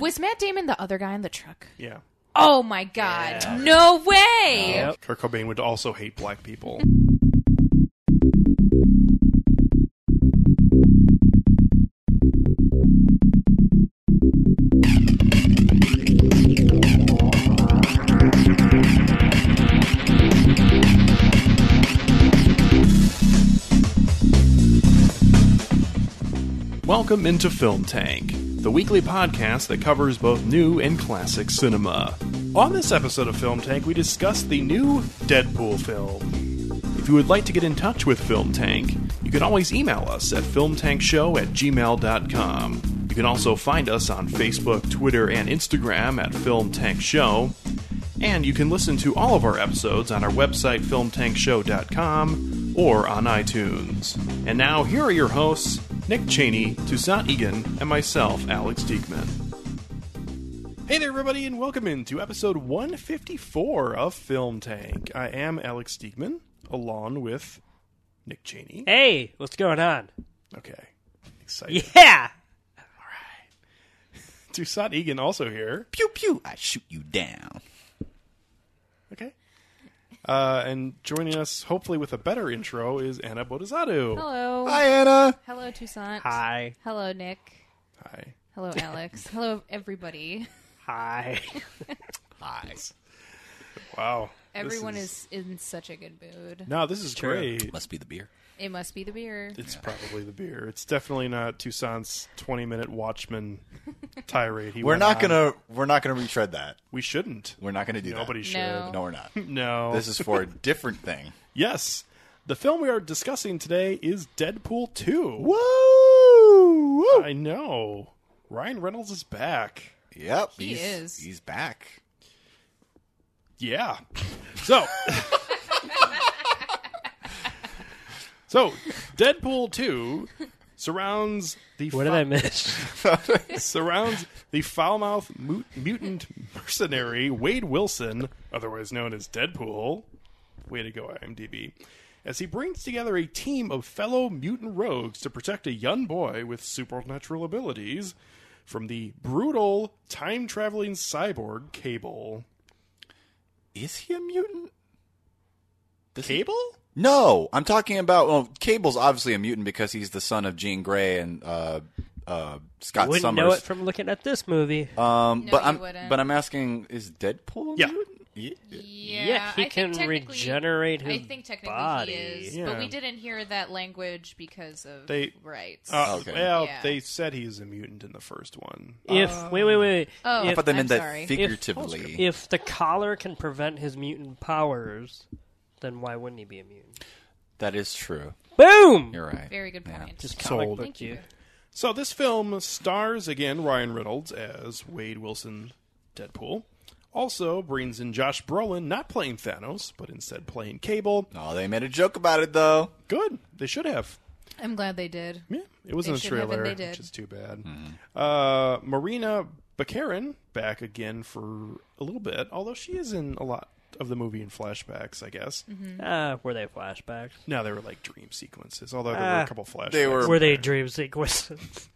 was Matt Damon the other guy in the truck? Yeah. Oh my god. No way. Yep. Kurt Cobain would also hate black people. Welcome into Film Tank, the weekly podcast that covers both new and classic cinema. On this episode of Film Tank, we discuss the new Deadpool film. If you would like to get in touch with Film Tank, you can always email us at filmtankshow at gmail.com. You can also find us on Facebook, Twitter, and Instagram at Film Tank Show. And you can listen to all of our episodes on our website, filmtankshow.com, or on iTunes. And now, here are your hosts, Nick Cheney, Toussaint Egan, and myself, Alex Diekman. Hey there, everybody, and welcome into episode 154 of Film Tank. I am Alex Diekman, along with Nick Cheney. Hey, what's going on? Okay, excited. Yeah. Toussaint Egan also here. Pew pew, I shoot you down. Okay. Uh, and joining us, hopefully with a better intro, is Anna Bodizadu. Hello. Hi, Anna. Hello Toussaint. Hi. Hello Nick. Hi. Hello Alex. Hello everybody. Hi. Hi. Wow. This Everyone is... in such a good mood. No, this is great. Must be the beer. It must be the beer. It's probably the beer. It's definitely not Toussaint's twenty-minute Watchman tirade. He We're went not on. gonna. We're not gonna retread that. We shouldn't. We're not gonna do Nobody that. should. No. No, we're not. No. This is for a different thing. yes. The film we are discussing today is Deadpool Two. Woo! I know. Ryan Reynolds is back. Yep. He he's, is. He's back. Yeah. So. so, Deadpool 2 surrounds the What did I miss? surrounds the foul-mouthed mu- mutant mercenary Wade Wilson, otherwise known as Deadpool. Way to go, IMDb. As he brings together a team of fellow mutant rogues to protect a young boy with supernatural abilities from the brutal time traveling cyborg Cable. Is he a mutant? Does he- Cable? No, I'm talking about. Well, Cable's obviously a mutant because he's the son of Jean Grey and uh, uh, Scott Wouldn't Summers. know it from looking at this movie. um, No, but you I'm wouldn't. but I'm asking: Is Deadpool a Yeah. mutant? Yeah. Yeah, Yeah, he I think can technically- regenerate I his think technically body. he is, Yeah. but we didn't hear that language because of They- rights. Uh, Oh, Okay. Well, Yeah. they said he is a mutant in the first one. if wait, wait, wait. Oh. I if, thought they I'm meant that sorry. If- figuratively. if the collar can prevent his mutant powers, then why wouldn't he be a mutant? that is true. Boom. You're right. Very good point. Just comic Sold. book Thank you. dude. So this film stars again Ryan Reynolds as Wade Wilson, Deadpool. Also brings in Josh Brolin, not playing Thanos, but instead playing Cable. Oh, they made a joke about it though. Good. They should have. I'm glad they did. Yeah, it was They in a should have, and trailer, they did. which is too bad. Mm-hmm. Uh, Marina Baccarin back again for a little bit, although she is in a lot of the movie in flashbacks, I guess. Mm-hmm. Ah, were they flashbacks? No, they were like dream sequences, although there were Ah. a couple flashbacks. They were- Were they dream sequences?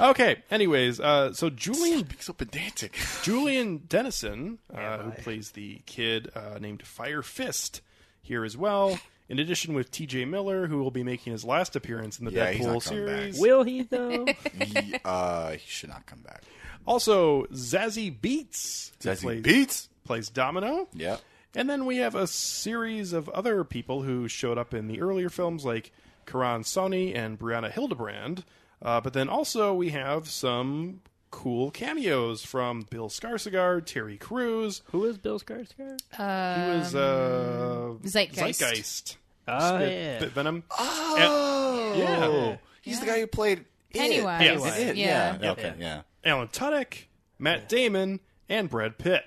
okay. Anyways, uh, so Julian so pedantic. Julian Dennison, uh, who plays the kid uh, named Fire Fist, here as well. In addition, with T.J. Miller, who will be making his last appearance in the Yeah, he's Deadpool not coming back. series. Will he though? he, uh, he should not come back. Also, Zazie Beats who Does he plays, beats? plays Domino. Yeah. And then we have a series of other people who showed up in the earlier films, like Karan Sony and Brianna Hildebrand. Uh, but then also we have some cool cameos from Bill Skarsgård, Terry Crews. Who is Bill Skarsgård? He was uh, Zeitgeist. Zeitgeist. Oh, Spit- yeah. Spit Venom. Oh, Yeah. He's the guy who played It. Pennywise. Pennywise. It, Yeah. Yeah. Okay. Yeah. Alan Tudyk, Matt Damon, and Brad Pitt.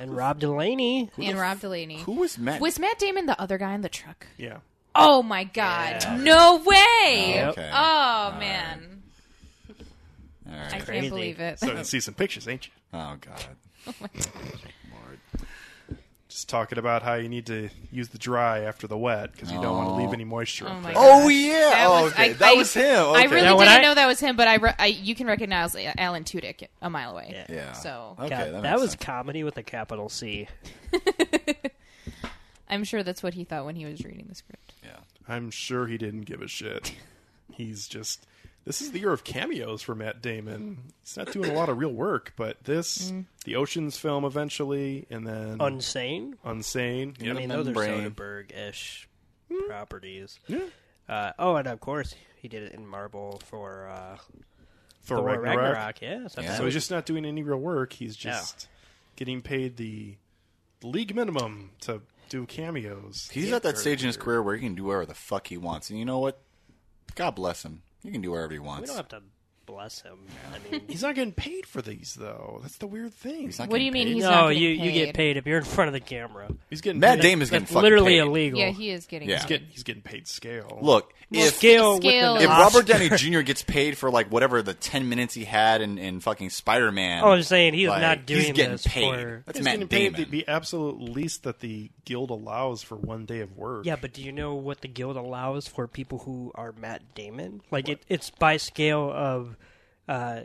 And Rob Delaney. And Rob Delaney. Who was Matt? Was Matt Damon the other guy in the truck? Yeah. Oh my god. No way. Yep. okay. Oh man. All I right. Crazy. can't believe it. So you see some pictures, ain't you? Oh God. Lord. Just talking about how you need to use the dry after the wet because you don't want to leave any moisture. Oh up my there. God. Oh yeah. That oh, was- okay. I- that I- was him. Okay. I really Now, when didn't I- know that was him, but I, re- I you can recognize Alan Tudyk a mile away. yeah. So okay, God, that, that, makes was sense. comedy with a capital C. I'm sure that's what he thought when he was reading the script. Yeah. I'm sure he didn't give a shit. He's just. This is the year of cameos for Matt Damon. He's not doing a lot of real work, but this, Mm. the Ocean's film eventually, and then Unsane. Unsane. Yep. Yeah. The I mean, those are membrane. Soderbergh-ish Hmm? properties. Yeah. Uh, oh, and of course he did it in Marble for uh, Thor Thor Ragnarok. Ragnarok. Yeah, so Yeah. So he's just not doing any real work. He's just getting paid the league minimum to do cameos. He's at that stage in his career where he can do whatever the fuck he wants, and you know what? God bless him. He can do whatever he we wants. don't have to bless him. I mean, He's not getting paid for these though. That's the weird thing. He's not What do getting you mean paid. he's no, not you getting you get paid if you're in front of the camera. He's getting Matt paid, Damon's getting That's fucking literally paid. illegal. Yeah, he is getting. Yeah. He's getting, he's getting paid scale. Look, Well, if scale, Scale with is- if an Robert Oscar- Downey Jr. gets paid for like whatever the ten minutes he had in, in fucking Spider Man, Oh, I'm just saying he is like, not doing he's getting this paid. for. That's he's getting Matt paid Damon. the, the absolute least that the guild allows for one day of work. Yeah, but do you know what the guild allows for people who are Matt Damon? Like it, it's by scale of uh,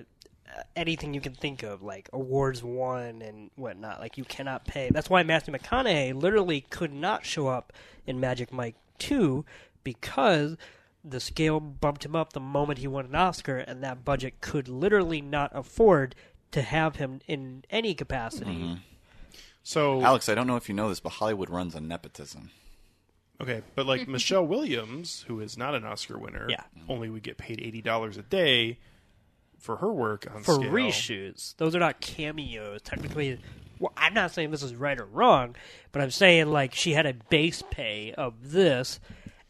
anything you can think of, like awards won and whatnot. Like you cannot pay. That's why Matthew McConaughey literally could not show up in Magic Mike Two because the scale bumped him up the moment he won an Oscar, and that budget could literally not afford to have him in any capacity. So Alex, I don't know if you know this, but Hollywood runs on nepotism. okay, but like Michelle Williams, who is not an Oscar winner, Yeah. only would get paid eighty dollars a day for her work on for scale. reshoots. Those are not cameos. Technically, well, I'm not saying this is right or wrong, but I'm saying like she had a base pay of this,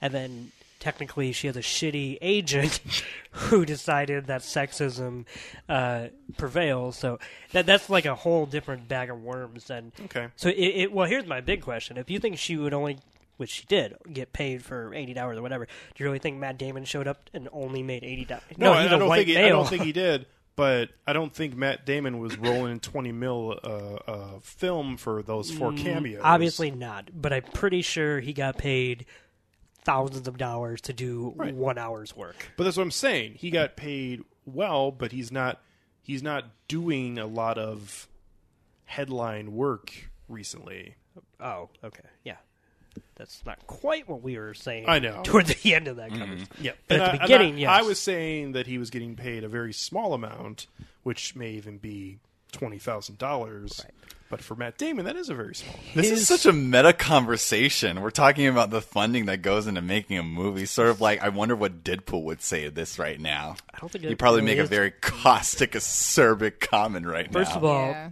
and then technically she has a shitty agent who decided that sexism uh, prevails. So that that's like a whole different bag of worms. than Okay. so it, it well, here's my big question: If you think she would only which she did get paid for eighty dollars or whatever. Do you really think Matt Damon showed up and only made eighty dollars? No, I, he's I a don't white think he, I male. don't think he did. But I don't think Matt Damon was rolling in twenty mil uh, uh, film for those four cameos. Mm, Obviously not, but I'm pretty sure he got paid thousands of dollars to do one hour's work. But that's what I'm saying. He got paid well, but he's not he's not doing a lot of headline work recently. Oh, okay, yeah. That's not quite what we were saying. I know. Toward the end of Mm-hmm. that conversation. Yeah, But at the I, beginning, I, yes. I was saying that he was getting paid a very small amount, which may even be twenty thousand dollars. But for Matt Damon, that is a very small. This is such a meta conversation. We're talking about the funding that goes into making a movie. Sort of like, I wonder what Deadpool would say of this right now. I don't think he'd it probably really make a is. very caustic, acerbic comment right now. First of all, Yeah.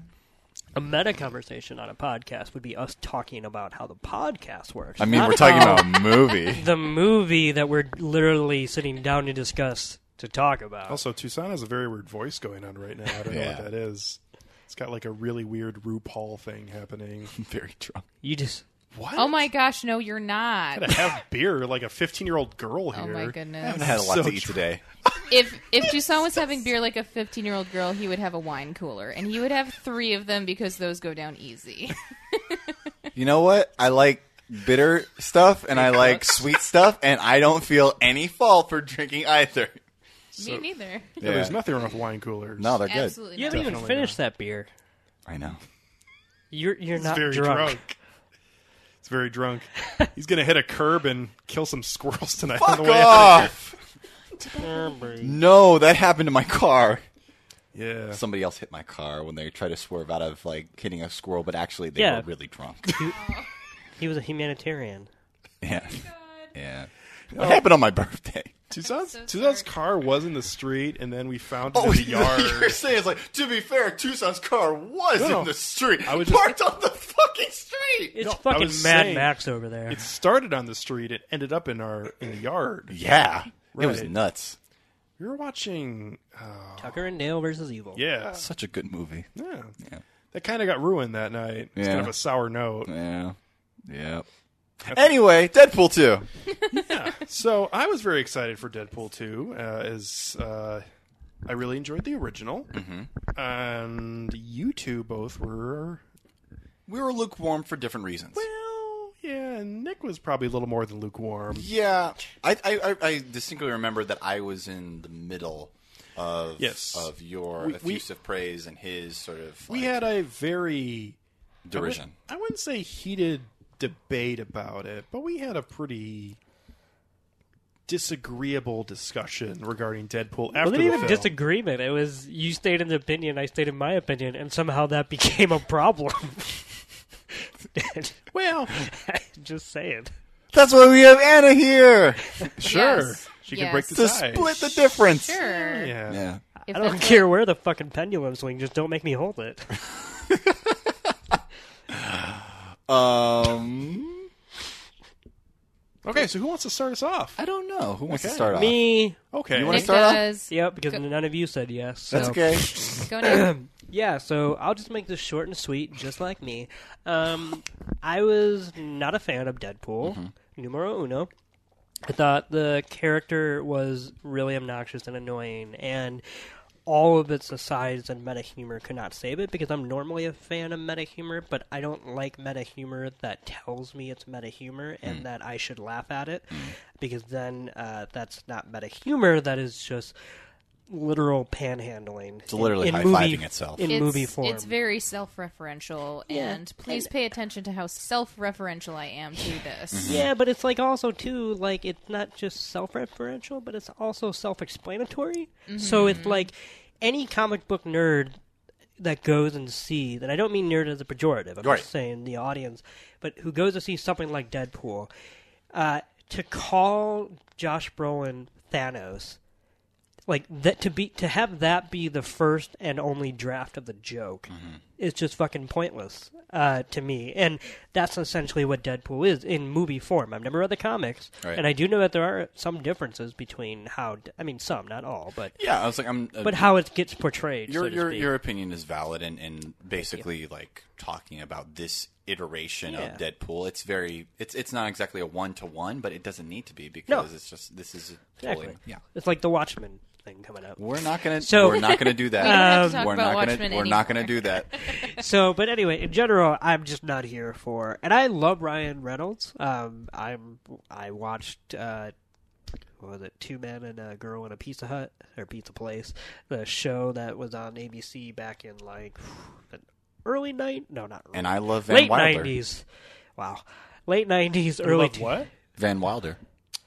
a meta conversation on a podcast would be us talking about how the podcast works. I mean, not we're talking how about a movie. the movie that we're literally sitting down to discuss to talk about. Also, Tucson has a very weird voice going on right now. I don't know Yeah. what that is. It's got like a really weird RuPaul thing happening. very drunk. you just What? Oh my gosh! No, you're not. I have beer like a 15 year old girl here. Oh my I goodness. had a lot So to eat drunk. today. If if Toussaint was having beer like a 15 year old girl, he would have a wine cooler, and he would have three of them because those go down easy. You know what? I like bitter stuff and I like sweet stuff, and I don't feel any fault for drinking either. Me neither. Yeah, There's Yeah. nothing wrong with wine coolers. No, they're good. Absolutely. you not. haven't even Definitely finished that beer. I know. You're you're He's not very drunk. He's very drunk. He's gonna hit a curb and kill some squirrels tonight on Fuck the way out of off! No, that happened to my car. here. Yeah. Somebody else hit my car when they tried to swerve out of like hitting a squirrel, but actually they Yeah. were really drunk. He was a humanitarian. yeah, yeah. What happened on my birthday? Tucson's, so Tucson's sorry. car was in the street, and then we found it in the yard. Oh, you're saying it's like to be fair, Tucson's car was No, no. in the street, I I was was just- parked on the fucking street. It's No, I fucking Mad was saying- Max over there. It started on the street. It ended up in our in the yard. yeah, it was Right. nuts. We were watching. uh, Tucker and Dale versus Evil. Yeah. Such a good movie. Yeah. Yeah. That kind of got ruined that night. It's kind Yeah. of a sour note. Yeah, yeah. Anyway, Deadpool two. So I was very excited for Deadpool 2, uh, as uh, I really Mm-hmm. enjoyed the original. And you two both were we were lukewarm for different reasons. Well, yeah, Nick was probably a little more than lukewarm. Yeah, I, I, I- I distinctly remember that I was in the middle of Yes. of your We- we- effusive praise and his sort of We like, had a very I wouldn't- derision. I wouldn't say heated debate about it, but we had a pretty disagreeable discussion regarding Deadpool after Well, they didn't the even film. disagreement. It was you stayed in the opinion, I stayed in my opinion, and somehow that became a problem. well, Just saying. That's why we have Anna here sure, Yes. she Yes. can break the to tie. split the difference. Sure. Yeah. Yeah. If I don't that's care where the fucking pendulum swing. Just don't make me hold it. Um, Okay, so who wants to start us off? I don't know who wants to Okay. start off. me, Okay, You what wanna Nick start off? does. yep, because Go- none of you said yes. So. That's okay. Go Nick. Yeah, so I'll just make this short and sweet, just like me. Um, I was not a fan of Deadpool, Mm-hmm. numero uno. I thought the character was really obnoxious and annoying, and all of its asides and meta humor could not save it because I'm normally a fan of meta humor, but I don't like meta humor that tells me it's meta humor Mm. and that I should laugh at it because then uh, that's not meta humor, that is just literal panhandling. It's literally high-fiving itself. In it's, movie form. It's very self-referential, Yeah. and please pay attention to how self-referential I am to Mm-hmm. this. Yeah, but it's like also too like it's not just self-referential, but it's also self-explanatory. Mm-hmm. So it's like any comic book nerd that goes and sees, and I don't mean nerd as a pejorative. I'm Right. just saying the audience, but who goes to see something like Deadpool, uh, to call Josh Brolin Thanos, like that to be to have that be the first and only draft of the joke Mm-hmm. is just fucking pointless uh, to me and that's essentially what deadpool is in movie form i've never read the comics Right. and i do know that there are some differences between how i mean some not all but Yeah, I was like, I'm. uh, but how it gets portrayed your so to your speak. your opinion is valid, and and basically like talking about this iteration of Yeah. Deadpool, it's very it's it's not exactly a one to one, but it doesn't need to be because No. it's just this is a totally exactly yeah. it's like the watchmen thing coming up We're not gonna So- we're not gonna do that. We don't have to talk are about not gonna Watchmen we're not gonna anymore. do that. so, but anyway, in general, I'm just not here for. And I love Ryan Reynolds. Um, I'm I watched uh, what was it Two Men and a Girl in a Pizza Hut or Pizza Place, the show that was on ABC back in like the early night. No, not early, And I love Van late Wilder. nineties. Wow, late nineties, You early love what? Van Wilder.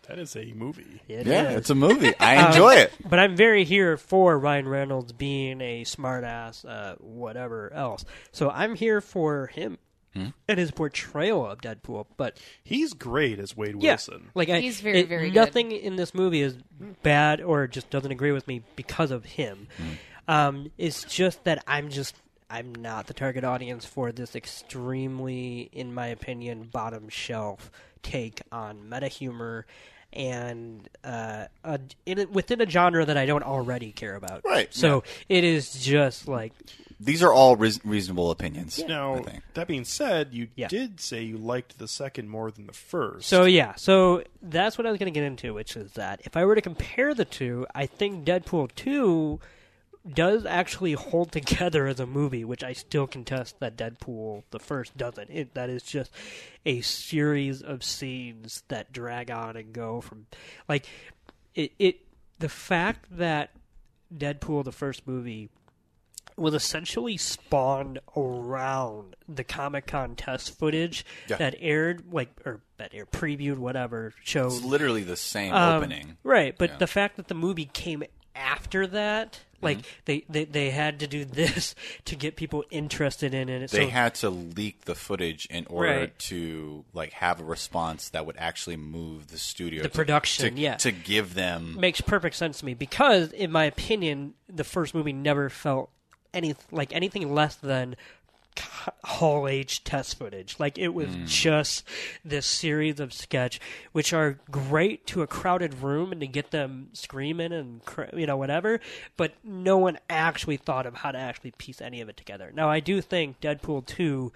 That is a movie. It Yeah, is. Um, it's a movie. I enjoy it. but I'm very here for Ryan Reynolds being a smartass, uh, whatever else. So I'm here for him and his portrayal of Deadpool. But He's great as Wade yeah, Wilson. like I, He's very, it- very good. nothing in this movie is bad or just doesn't agree with me because of him. Mm-hmm. Um, it's just that I'm just I'm not the target audience for this extremely, in my opinion, bottom shelf take on meta humor. And uh, a, in a, within a genre that I don't already care about, Right, So it is just like These are all reas reasonable opinions. I Now, think. that being said, you Yeah. did say you liked the second more than the first. So yeah, so that's what I was going to get into, which is that if I were to compare the two, I think Deadpool two does actually hold together as a movie, which I still contest that Deadpool the first doesn't. It, that is just a series of scenes that drag on and go from like it. it the fact that Deadpool the first movie was essentially spawned around the Comic Con test footage Yeah. that aired, like, or that aired, previewed, whatever, show. it's literally the same Um, opening. Right, but Yeah. Mm-hmm. the fact that the movie came after that, like, they, they, they had to do this to get people interested in it. They so, had to leak the footage in order Right. to like have a response that would actually move the studio The to- production, to, yeah. Um, to give them makes perfect sense to me because, in my opinion, the first movie never felt any like anything less than c- Hall H test footage. Like it was just this series of sketch, which are great to a crowded room and to get them screaming and cr- you know whatever. But no one actually thought of how to actually piece any of it together. Now I do think Deadpool two,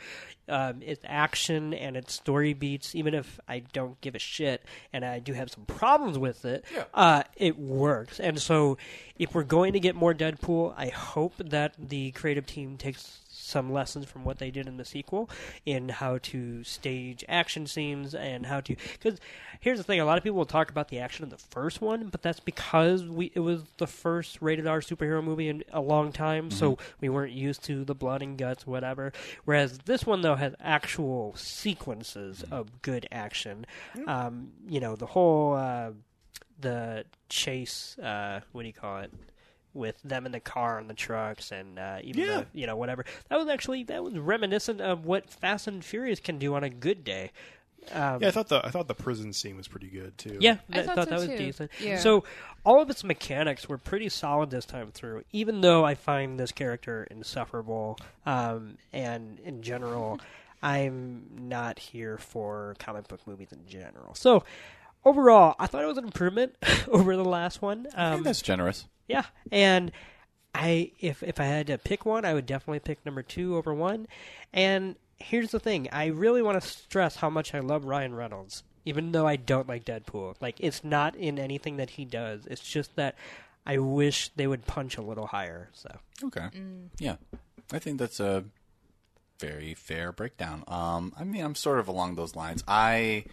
um, its action and its story beats, even if I don't give a shit and I do have some problems with it, uh, it works. And so, if we're going to get more Deadpool, I hope that the creative team takes some lessons from what what they did in the sequel in how to stage action scenes and how to. Because here's the thing: a lot of people will talk about the action in the first one, but that's because we it was the first rated R superhero movie in a long time, so we weren't used to the blood and guts, whatever. Whereas this one though has actual sequences of good action. Um, you know the whole. Uh, the chase uh what do you call it with them in the car and the trucks and uh even Yeah. the, you know whatever that was actually that was reminiscent of what fast and furious can do on a good day um, Yeah, I thought the I thought the prison scene was pretty good too. yeah, I I thought thought, so, that was too. decent. Yeah. So all of its mechanics were pretty solid this time through. Even though I find this character insufferable, um, and in general, I'm not here for comic book movies in general. So overall, I thought it was an improvement over the last one. Um, That's generous. yeah, and I if if I had to pick one, I would definitely pick number two over one. And here's the thing: I really want to stress how much I love Ryan Reynolds, even though I don't like Deadpool. Like it's not in anything that he does. It's just that I wish they would punch a little higher. So Okay. Yeah. I think that's a very fair breakdown. Um I mean I'm sort of along those lines. I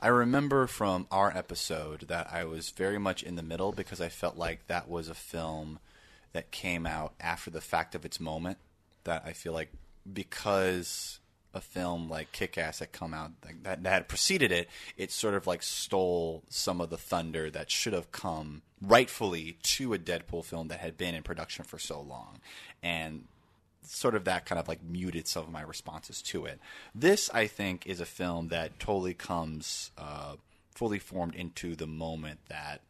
I remember from our episode that I was very much in the middle because I felt like that was a film that came out after the fact of its moment that I feel like because a film like Kick Ass had come out like, that, that had preceded it, it sort of like stole some of the thunder that should have come rightfully to a Deadpool film that had been in production for so long. And sort of that kind of like muted some of my responses to it. This, I think, is a film that totally comes uh, fully formed into the moment that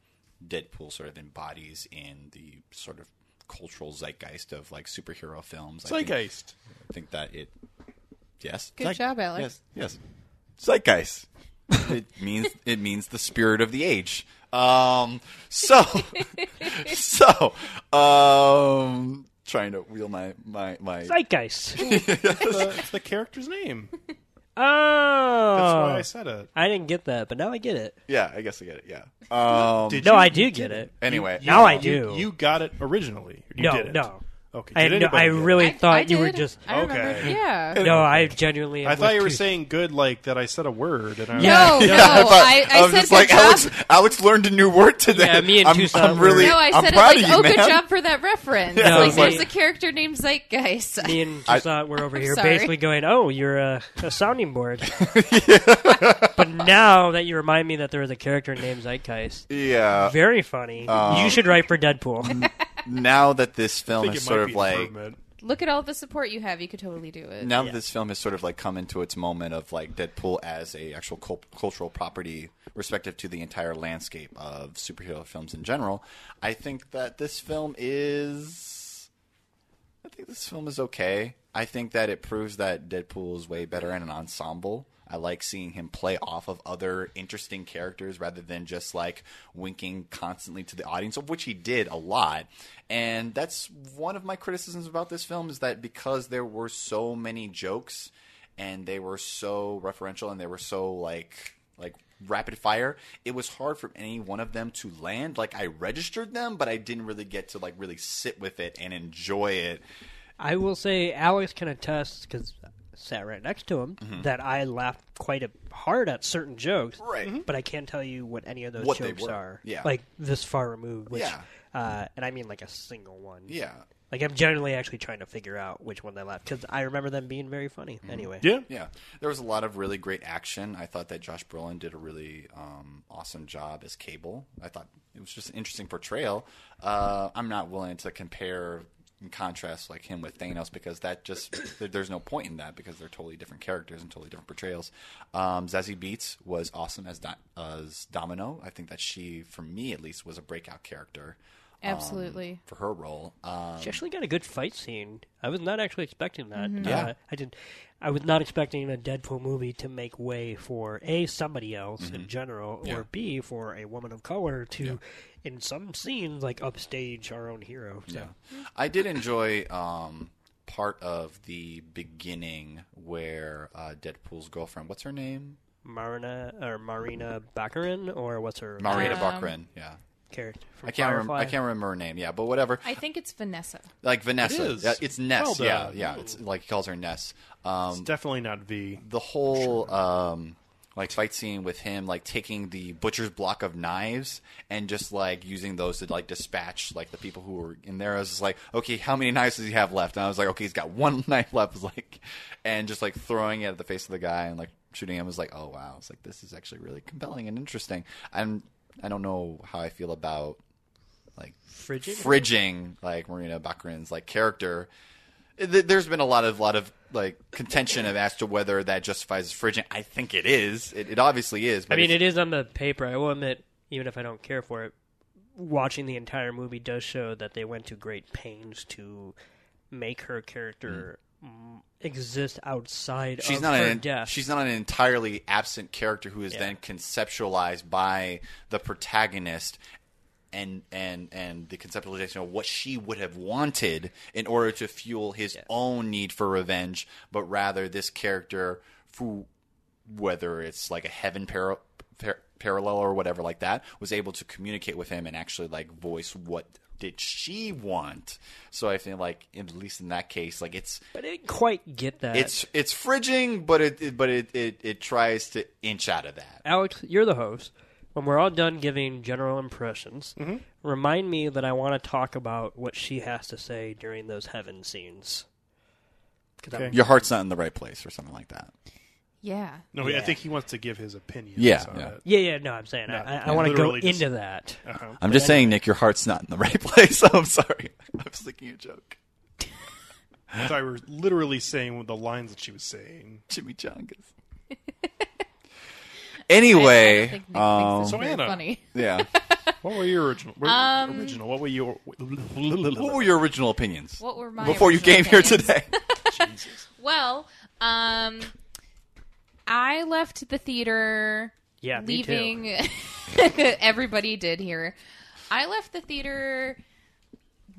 Deadpool sort of embodies in the sort of cultural zeitgeist of like superhero films. I think- Zeitgeist. I think that it. Yes. Good job, Alex. Yes. Yes. Zeitgeist. it means it means the spirit of the age. Um. So. so. Um. Trying to wheel my my my. Zeitgeist. oh, Uh, it's the character's name. That's Uh, why I said it. Oh. I didn't get that, but now I get it. Yeah. I guess I get it. Yeah. Um. Did No, you- I do get it. Anyway. Now I do. You, you got it originally. You no, didn't. no. Okay. I did no, anybody I get it? really I, thought I you were did. just. I remember. Okay. Yeah. No, I genuinely. I thought you were too- saying good, like that. I said a word, and I No, no. I, thought- I, I, I was said just good like job. Alex. Alex learned a new word today. Yeah, me and I'm, Tucson I'm were- really. No, I am said it proud like, of you, oh, man. good job for that reference. Yeah, I like, was there's like- a character named Zeitgeist. me and Toussaint were over here sorry. basically going, "Oh, you're a, a sounding board." but now that you remind me that there is a character named Zeitgeist, Yeah. very funny. Uh, you should write for Deadpool. Now that this I film think is it might sort of be like improvement. Look at all the support you have. You could totally do it. now that this film has sort of like come into its moment of like Deadpool as a actual cul- cultural property, respective to the entire landscape of superhero films in general, I think that this film is, I think this film is okay. I think that it proves that Deadpool is way better in an ensemble. I like seeing him play off of other interesting characters rather than just like winking constantly to the audience, of which he did a lot. And that's one of my criticisms about this film is that because there were so many jokes and they were so referential and they were so like like rapid fire, it was hard for any one of them to land. Like I registered them, but I didn't really get to like really sit with it and enjoy it. I will say, Alex can attest because sat right next to him Mm-hmm. that I laughed quite a, hard at certain jokes, Right. Mhm. But I can't tell you what any of those What they jokes were. are. Yeah. like this far removed. Which, Yeah. uh, and I mean like a single one. Yeah. Like I'm generally actually trying to figure out which one they laughed because I remember them being very funny. Mm-hmm. Anyway, Yeah. Yeah, there was a lot of really great action. I thought that Josh Brolin did a really um, awesome job as Cable. I thought it was just an interesting portrayal. Uh, I'm not willing to compare and contrast like him with Thanos because that just there- there's no point in that because they're totally different characters and totally different portrayals. Um, Zazie Beats was awesome as, Do- as Domino. I think that she, for me at least, was a breakout character. um, Absolutely. for her role. Um, She actually got a good fight scene. I was not actually expecting that. Yeah. Uh, I did. I was not expecting a Deadpool movie to make way for a somebody else in general, Mm-hmm. Yeah. or b for a woman of color to, in some scenes, like upstage our own hero. So. I did enjoy um, part of the beginning where uh, Deadpool's girlfriend, what's her name? Marina or Marina Baccarin or what's her? Marina Um, Baccarin. Yeah. character. From I can't remember. I Firefly. can't remember her name. Yeah, but whatever. I think it's Vanessa. Like Vanessa. It is. Yeah, It's Ness. Well yeah, done. yeah. It's like he calls her Ness. Um, It's definitely not V. the whole um like fight scene with him like taking the butcher's block of knives and just like using those to like dispatch like the people who were in there. I was just like, okay, how many knives does he have left? And I was like, okay, he's got one knife left. I was like, and just like throwing it at the face of the guy and like shooting him I was like, oh wow, it's like this is actually really compelling and interesting. I'm I don't know how I feel about like Frigid? fridging like Marina Baccarin's like character. Th- There's been a lot of lot of like contention of as to whether that justifies fridging. I think it is. It, it obviously is. But I mean, it's- it is on the paper. I will admit, even if I don't care for it, watching the entire movie does show that they went to great pains to make her character mm, exist outside she's of not her an death. she's not an entirely absent character who is Yeah. then conceptualized by the protagonist and and and the conceptualization of what she would have wanted in order to fuel his own need for revenge but rather this character who whether it's like a heaven par- par- parallel or whatever like that was able to communicate with him and actually like voice what did she want so i feel like at least in that case like it's but I didn't quite get that. it's it's fridging, but it, it- but it, it it tries to inch out of that. Alex, you're the host. When we're all done giving general impressions, Mm-hmm. remind me that I want to talk about what she has to say during those heaven scenes. 'Cause I'm- Your heart's not in the right place, or something like that. Yeah. No, I think he wants to give his opinion. Yeah, on yeah. it. Yeah, yeah, no, I'm saying No, I, I, yeah, want to go literally just- into that. I'm just saying, Nick, your heart's not in the right place. I'm sorry. I was thinking a joke. I thought we were literally saying the lines that she was saying. Jimmy Chongas. I don't anyway, think Nick thinks um, it's very Joanna. funny. yeah. What were your original? what- Um, original. What were your? What were your original opinions What were my before you original came here opinions? today? Well, um, I left the theater. Yeah, me too. leaving. everybody did here. I left the theater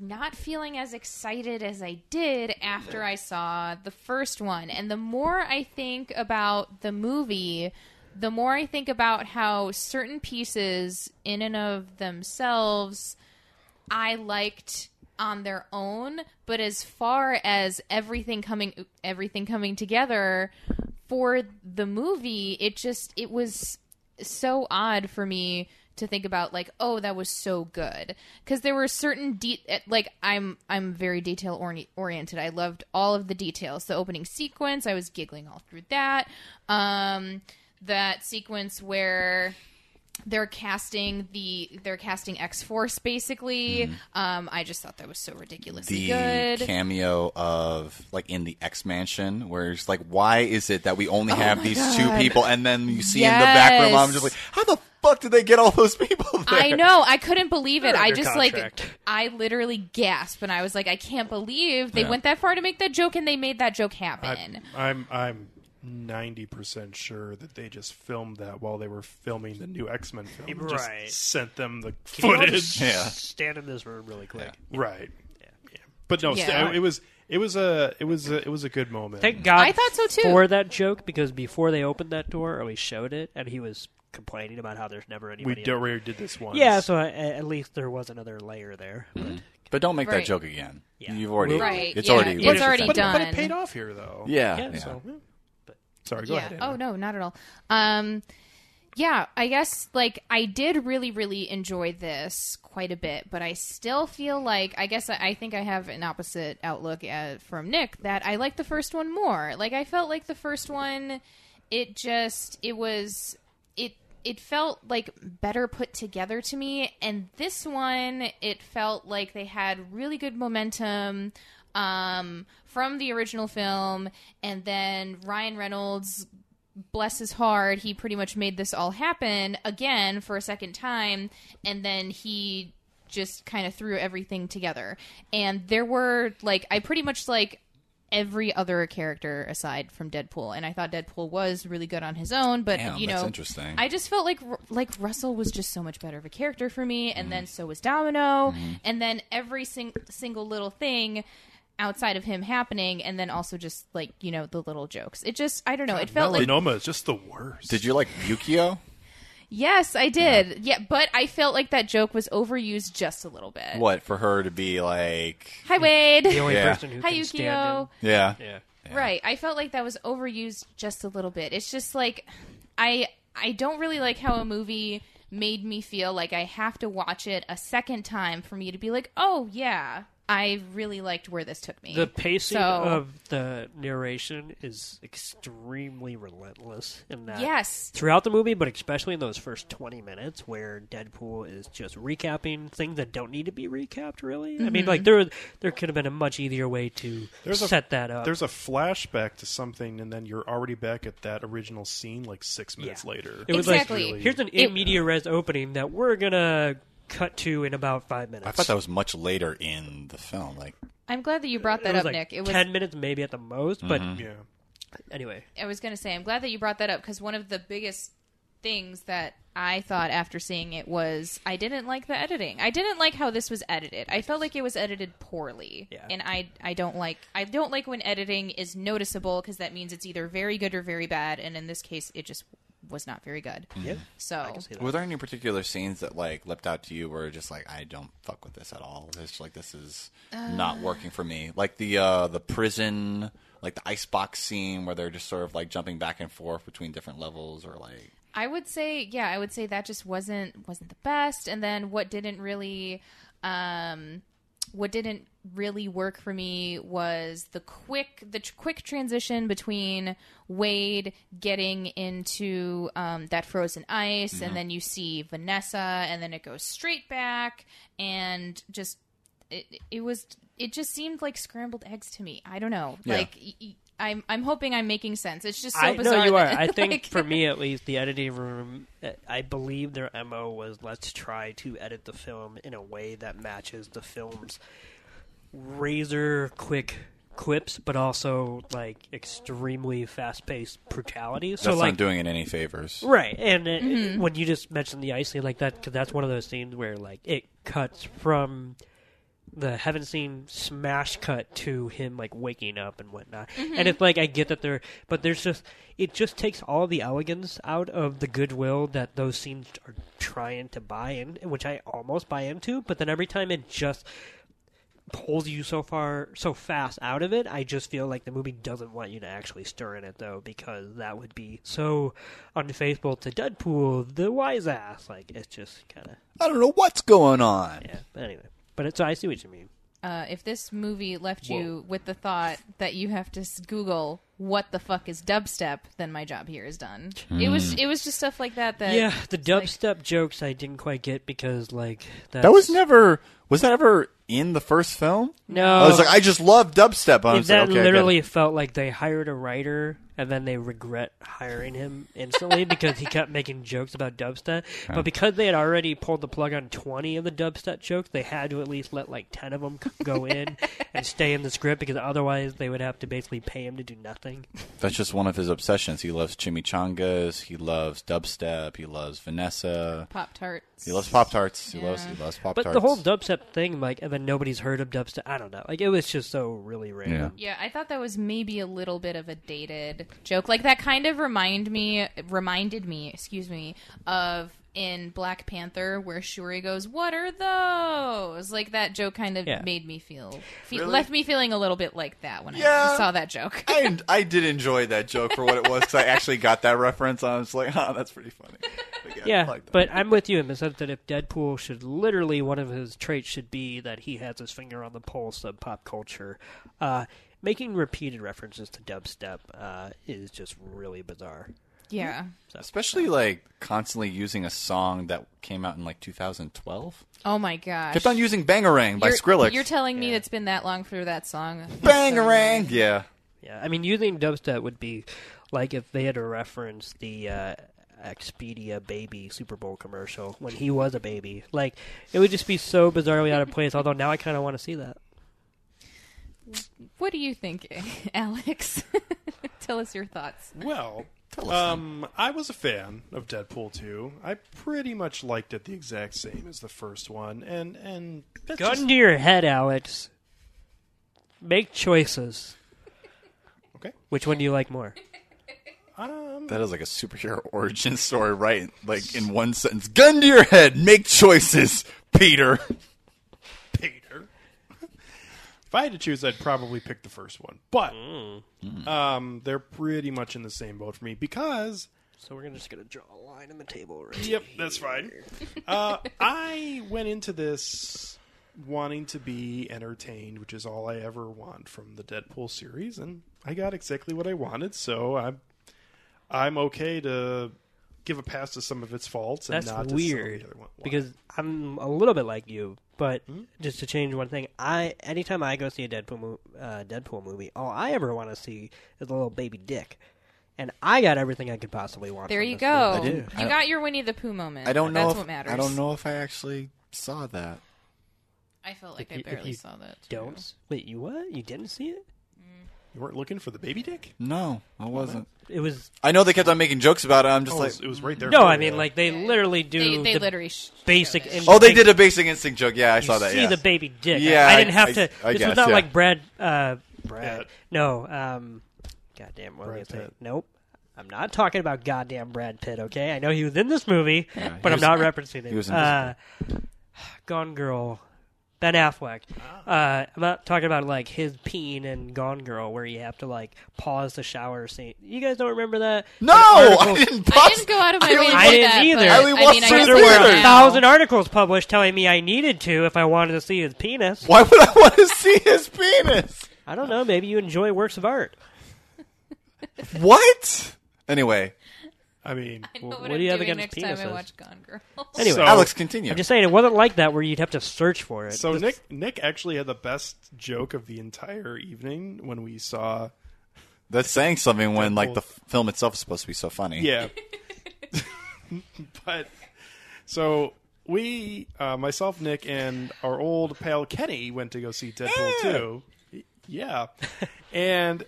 not feeling as excited as I did after I saw the first one. And the more I think about the movie, the more I think about how certain pieces, in and of themselves, I liked on their own, but as far as everything coming everything coming together for the movie, it just it was so odd for me to think about like oh that was so good because there were certain de- eh, like i'm i'm very detail orni oriented i loved all of the details the opening sequence i was giggling all through that um that sequence where they're casting the they're casting X Force basically. Um, I just thought that was so ridiculously the good. cameo of like in the X Mansion, where it's like, why is it that we only have these two people, and then you see in the back room, I'm just like, Yes. how the fuck did they get all those people? There? I know. I couldn't believe it. They're I under just contract. like I literally gasped and I was like, I can't believe they Yeah. went that far to make that joke and they made that joke happen. I, I'm I'm ninety percent sure that they just filmed that while they were filming the new X Men film. and Right. Just sent them the Can you all footage. just Yeah. Stand in this room really quick. Right. Yeah. But no, Yeah. so it was it was a it was a, it was a good moment. Thank God I thought so, too. for that joke because before they opened that door, or we showed it, and he was complaining about how there's never we anybody. in- did, we did this once. Yeah, so I, a- at least there was another layer there. But But don't make that Right. joke again. Yeah. You've already. Right, It's yeah. already. It's what is it, already but, something? done. but it paid off here though. Yeah. Yeah, yeah. so- Sorry. Go yeah. ahead. Anna. Oh no, not at all. Um, yeah, I guess like I did really, really enjoy this quite a bit, but I still feel like I guess I, I think I have an opposite outlook at, from Nick that I like the first one more. Like I felt like the first one, it just it was it it felt like better put together to me, and this one it felt like they had really good momentum um, from the original film, and then Ryan Reynolds bless his heart, he pretty much made this all happen again for a second time, and then he just kind of threw everything together. And there were like I pretty much like every other character aside from Deadpool, and I thought Deadpool was really good on his own, but Damn, you that's know, interesting. I just felt like like Russell was just so much better of a character for me, Mm-hmm. and then so was Domino, and then every sing- single little thing outside of him happening and then also just like you know the little jokes it just i don't know it felt like Melanoma is just the worst. Did you like Yukio? Yes, I did. Yeah. but I felt like that joke was overused just a little bit. What for her to be like? Hi Wade. The only Yeah. person who Hi can stand Yukio. Yeah, him. Yeah. Right. I felt like that was overused just a little bit. It's just like I I don't really like how a movie made me feel like I have to watch it a second time for me to be like, "Oh yeah, I really liked where this took me." The pacing So- of the narration is extremely relentless in that. Yes. Throughout the movie, but especially in those first 20 minutes where Deadpool is just recapping things that don't need to be recapped, really. I mean, like, there there could have been a much easier way to Mm-hmm. There's a- set that up. There's a flashback to something, and then you're already back at that original scene like six minutes later. It was Exactly. like, here's an in media res opening that we're going to cut to in about five minutes. I thought that was much later in the film. Like, I'm glad that you brought It that was up, like Nick. It was 10 minutes maybe at the most, but yeah. anyway. I was going to say, I'm glad that you brought that up because one of the biggest things that I thought after seeing it was I didn't like the editing. I didn't like how this was edited. I felt like it was edited poorly, Yeah. and I I don't like I don't like when editing is noticeable because that means it's either very good or very bad, and in this case, it just was not very good. Yeah. I So can see that. were there any particular scenes that like leapt out to you where just like I don't fuck with this at all? It's like this is Uh. not working for me. Like the uh the prison, like the icebox scene where they're just sort of like jumping back and forth between different levels, or like I would say, yeah, I would say that just wasn't wasn't the best. And then what didn't really, um, what didn't really work for me was the quick the tr- quick transition between Wade getting into um, that frozen ice, Mm-hmm. and then you see Vanessa, and then it goes straight back, and just it, it was it just seemed like scrambled eggs to me. I don't know, Yeah. like. Y- y- I'm I'm hoping I'm making sense. It's just so I, bizarre. no, you are. that- I think like- for me at least, the editing room. uh, I believe their mo was let's try to edit the film in a way that matches the film's razor quick quips, but also like extremely fast paced brutality. so that's like not doing it any favors. Right, and it, when you just mentioned the ice scene like that, 'cause that's one of those scenes where like it cuts from the heaven scene smash cut to him like waking up and whatnot, and it's like I get that there, but there's just it just takes all the elegance out of the goodwill that those scenes are trying to buy in, which I almost buy into, but then every time it just pulls you so far so fast out of it i just feel like the movie doesn't want you to actually stir in it though because that would be so unfaithful to deadpool the wise ass like it's just kind of I don't know what's going on. yeah but anyway but it's i see what you mean uh, if this movie left you with the thought that you have to s- Google what the fuck is dubstep, then my job here is done. It was it was just stuff Uh, like that that Hmm. yeah the dubstep jokes i didn't quite get because like that's, That was never was that ever in the first film? no I was like, I just love dubstep. I was that like, okay, I get it. literally felt like they hired a writer and then they regret hiring him instantly because he kept making jokes about dubstep. But because they had already pulled the plug on 20 of the dubstep jokes, they had to at least let like 10 of them go in and stay in the script because otherwise they would have to basically pay him to do nothing. That's just one of his obsessions. He loves chimichangas. He loves dubstep. He loves Vanessa. Pop tarts. He loves Pop Tarts. He Yeah. loves he loves Pop But Tarts. the whole dubstep thing, like, and then nobody's heard of dubstep. I don't know. Like, it was just so really random. Yeah, I thought that was maybe a little bit of a dated joke. Like that kind of remind me reminded me, excuse me, of in Black Panther where Shuri goes, "What are those?" Like that joke kind of Yeah. made me feel, fe- left me feeling a little bit like that when Yeah. I saw that joke. I, I did enjoy that joke for what it was because I actually got that reference. I was like, oh, that's pretty funny. But I Yeah, like that. but I'm with you in the sense that if Deadpool should literally one of his traits should be that he has his finger on the pulse of pop culture, uh, making repeated references to dubstep uh, is just really bizarre. yeah. especially like constantly using a song that came out in like 2012. Oh my gosh. Kept on using Bangarang by you're, Skrillex. You're telling me it's been that long for that song. Um, Bangarang. Yeah. Yeah, I mean using dubstep would be like if they had to reference the uh, Expedia baby Super Bowl commercial when he was a baby. Like it would just be so bizarrely out of place. although now I kind of want to see that. What are you thinking, Alex? Tell us your thoughts. Well, um, I was a fan of Deadpool 2. I pretty much liked it the exact same as the first one, and and that's Gun just- to your head, Alex. Make choices. okay. Which one do you like more? Um, That is like a superhero origin story, right? Like in one sentence. Gun to your head, make choices, Peter. Peter. If I had to choose, I'd probably pick the first one. But Mm. um, they're pretty much in the same boat for me because. So we're gonna just gonna draw a line in the table, right? Yep, that's fine. Uh, I went into this wanting to be entertained, which is all I ever want from the Deadpool series, and I got exactly what I wanted. So I'm I'm okay to give a pass to some of its faults and That's not to some of weird the other one. Why? Hmm? because I'm a little bit like you, but just to change one thing, I anytime I go see a Deadpool mo- uh, Deadpool movie, all I ever want to see is a little baby dick, and I got everything I could possibly want. There from you this movie. go. I do. You I don't- got your Winnie the Pooh moment. I don't know That's if what matters. I don't know if I actually saw that. I felt like I you- if barely you saw that. too. Don't wait. You what? You didn't see it? you weren't looking for the baby dick. No, I wasn't. It was I know they kept on making jokes about it. I'm just Oh, it like, was- it was right there. no. for I you. mean, like they literally do They, they the literally sh- basic. showed it. instinct- oh, they did a basic instinct joke. Yeah, I you saw that. See yeah. the baby dick. Yeah, I, I- didn't have I- to. I this guess, was not yeah. like Brad. Uh, Brad. Brad. No. Um. Goddamn. What Brad was I gonna say? Pitt. Nope. I'm not talking about goddamn Brad Pitt. Okay. I know he was in this movie, he but I'm was- not referencing it. he was uh, Gone Girl. Ben Affleck. Uh, I'm not talking about like his peen and Gone Girl, where you have to like pause the shower scene. You guys don't remember that? no, That I article- didn't. I pause- didn't go out of my way only- to I do didn't that, either. but, I I only watched mean, I it guess There It's were weird. now. a thousand articles published telling me I needed to if I wanted to see his penis. Why would I want to see his penis? I don't know. Maybe you enjoy works of art. What? Anyway, I mean, I know What what, do I'm you have doing against next time I penises? watch Gone Girl. Anyway, So- Alex, continue. I'm just saying it wasn't like that where you'd have to search for it. So This- Nick Nick actually had the best joke of the entire evening when we saw That's saying something when like the f- film itself is supposed to be so funny. Yeah. but so we, uh, myself, Nick, and our old pal Kenny went to go see Deadpool Yeah. 2. Y- Yeah. and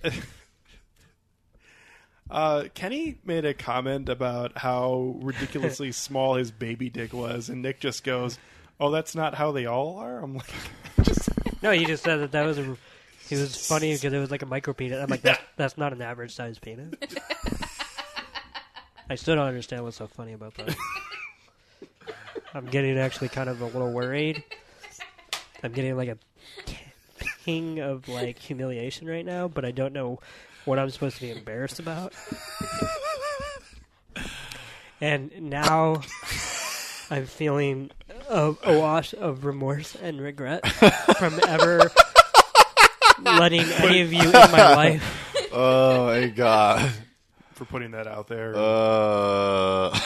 uh, Kenny made a comment about how ridiculously small his baby dick was, and Nick just goes, Oh, that's not how they all are? I'm like, no, he just said that that was a. He was funny because it was like a micro penis. I'm like, that's, that's not an average sized penis. I still don't understand what's so funny about that. I'm getting actually kind of a little worried. I'm getting like a ping of like humiliation right now, but I don't know what I'm supposed to be embarrassed about. And now I'm feeling a, a wash of remorse and regret from ever letting any of you in my life. Oh my god. for putting that out there. Uh...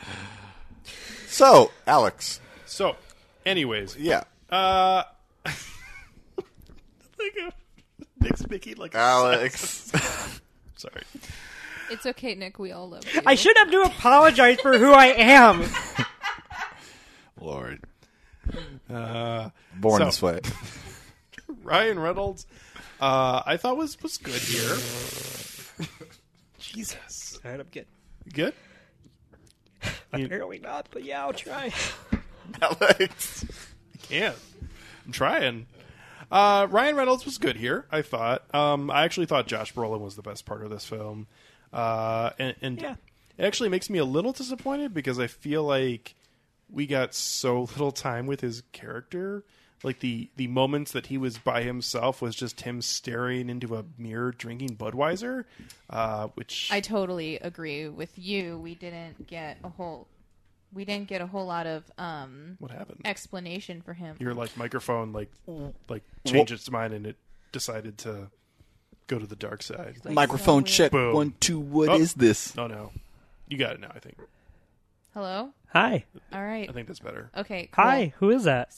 so, Alex. so, anyways. Yeah. Uh, like a, Nick's making like Ah. a Alex. Sorry. It's okay, Nick. We all love you. I should have to apologize for who I am. Lord. Uh, Born So- this way. Ryan Reynolds, uh, I thought was was good here. Jesus, All right, I'm good. good. Apparently not, but yeah, I'll try. Alex. Yeah, I'm trying. Uh, Ryan Reynolds was good here. I thought. Um, I actually thought Josh Brolin was the best part of this film. Uh, and and Yeah. it actually makes me a little disappointed because I feel like we got so little time with his character. Like the the moments that he was by himself was just him staring into a mirror drinking Budweiser, uh, which I totally agree with you. We didn't get a whole. We didn't get a whole lot of um, what happened? explanation for him. your like microphone like like changed its mind and it decided to go to the dark side. Microphone check. Boom. One, two. What is Oh. this? oh no, you got it now. I think Hello. Hi. All right. I think that's better. Okay. cool. Hi, who is that?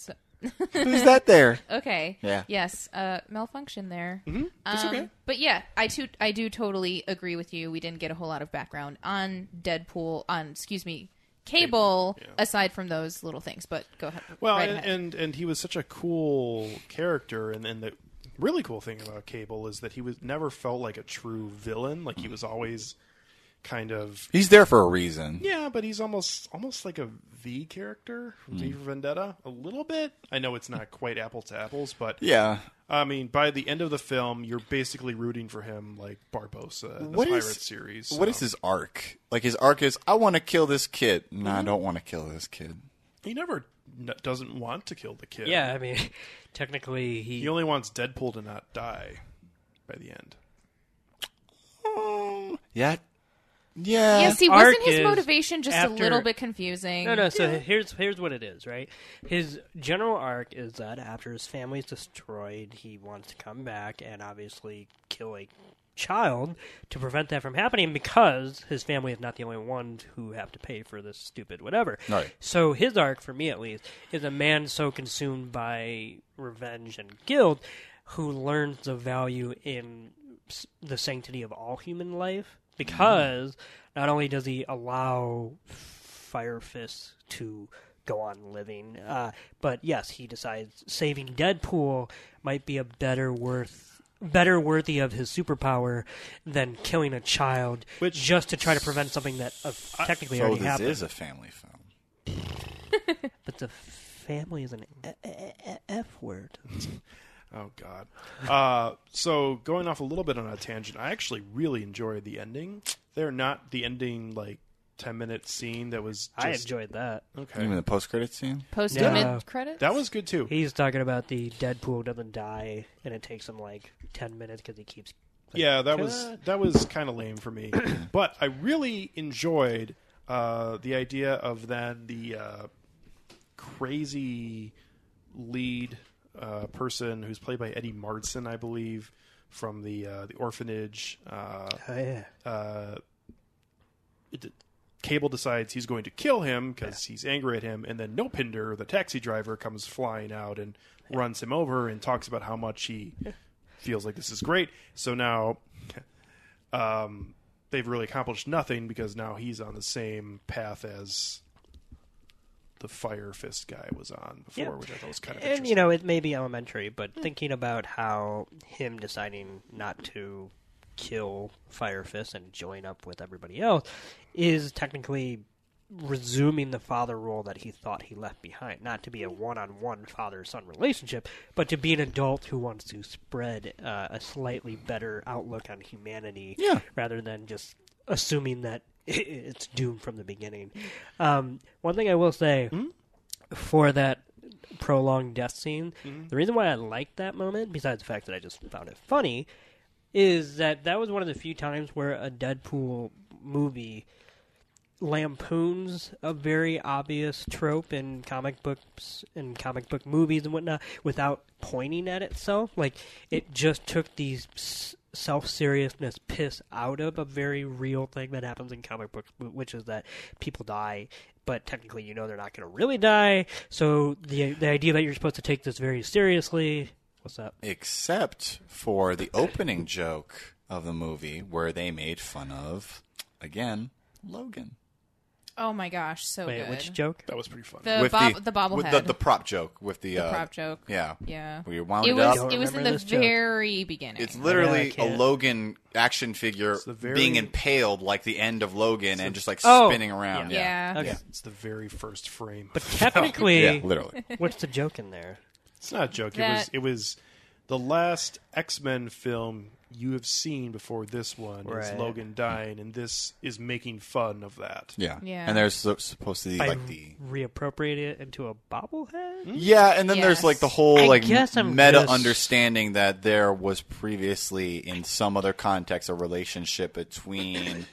Who's that there? Okay. Yeah. Yes. Uh, malfunction there. That's Um, Mm-hmm. okay. But yeah, I too I do totally agree with you. We didn't get a whole lot of background on Deadpool on excuse me Cable aside from those little things. But go ahead. Well, Right and, ahead. and and he was such a cool character, and and the really cool thing about Cable is that he was never felt like a true villain. Like he was always kind of He's there for a reason. Yeah, but he's almost almost like a V character from Hmm. V for Vendetta a little bit. I know it's not quite apple to apples, but Yeah. I mean, by the end of the film, you're basically rooting for him like Barbosa in the What pirate is- series. What so. is his arc? Like his arc is, I want to kill this kid. No, Mm-hmm. I don't want to kill this kid. He never n- doesn't want to kill the kid. Yeah, I mean, technically he. he only wants Deadpool to not die by the end. Mm. Um, yeah, yeah. Yeah, see, arc wasn't his is motivation just a after- little bit confusing? No, no. So here's here's what it is, right? His general arc is that after his family's destroyed, he wants to come back and obviously kill a child to prevent that from happening because his family is not the only ones who have to pay for this stupid whatever. Right. So his arc, for me at least, is a man so consumed by revenge and guilt who learns the value in s- the sanctity of all human life because not only does he allow Fire Fist to go on living, uh, but yes, he decides saving Deadpool might be a better worth. Better worthy of his superpower than killing a child, Which- just to try to prevent something that uh, technically So already this happened. is a family film. But the family is an e- e- e- F word. Oh God. Uh, so going off a little bit on a tangent, I actually really enjoyed the ending. They're not the ending like ten minute scene that was. Just, I enjoyed that. Okay. You mean the post credit scene? Post Yeah. mid credits. That was good too. He's talking about the Deadpool doesn't die, and it takes him like 10 minutes because he keeps. like, yeah, that was "Cut." that was kind of lame for me, but I really enjoyed uh, the idea of then the uh, crazy lead uh, person who's played by Eddie Mardson, I believe, from the uh, the orphanage. Uh, Oh, yeah. uh, it, Cable decides he's going to kill him because he's angry at him, and then No Pinder, the taxi driver, comes flying out and runs him over and talks about how much he feels like this is great. So now, um, they've really accomplished nothing because now he's on the same path as the Fire Fist guy was on before, Yeah. which I thought was kind of And, interesting. you know, it may be elementary, but thinking about how him deciding not to kill Fire Fist and join up with everybody else is technically resuming the father role that he thought he left behind. Not to be a one on one father son relationship, but to be an adult who wants to spread uh, a slightly better outlook on humanity Yeah. rather than just assuming that it's doomed from the beginning. Um, one thing I will say for that prolonged death scene, the reason why I liked that moment, besides the fact that I just found it funny, is that that was one of the few times where a Deadpool movie lampoons a very obvious trope in comic books and comic book movies and whatnot without pointing at itself. Like it just took these s- self-seriousness piss out of a very real thing that happens in comic books, wh- which is that people die. But technically, you know they're not going to really die. So the the idea that you're supposed to take this very seriously. What's up? Except for the opening joke of the movie where they made fun of, again, Logan. oh my gosh, so Wait, good. which joke? that was pretty fun. the bob- the, With bobblehead, the, the prop joke. With the, uh, prop joke. Yeah. Yeah, Where you wound it it was. up. It was in Remember the this joke. very beginning. It's literally a can't. Logan action figure the very- being impaled like the end of Logan and just like Oh, spinning around. yeah. Yeah. Yeah. Okay, It's the very first frame. but technically, yeah literally. what's the joke in there? It's not a joke. It That- was it was the last X Men film you have seen before this one is Right. Logan dying, and this is making fun of that. Yeah. Yeah. And there's su- supposed to be I like the reappropriate it into a bobblehead. yeah, and then Yes. there's like the whole I like guess I'm meta just- understanding that there was previously in some other context a relationship between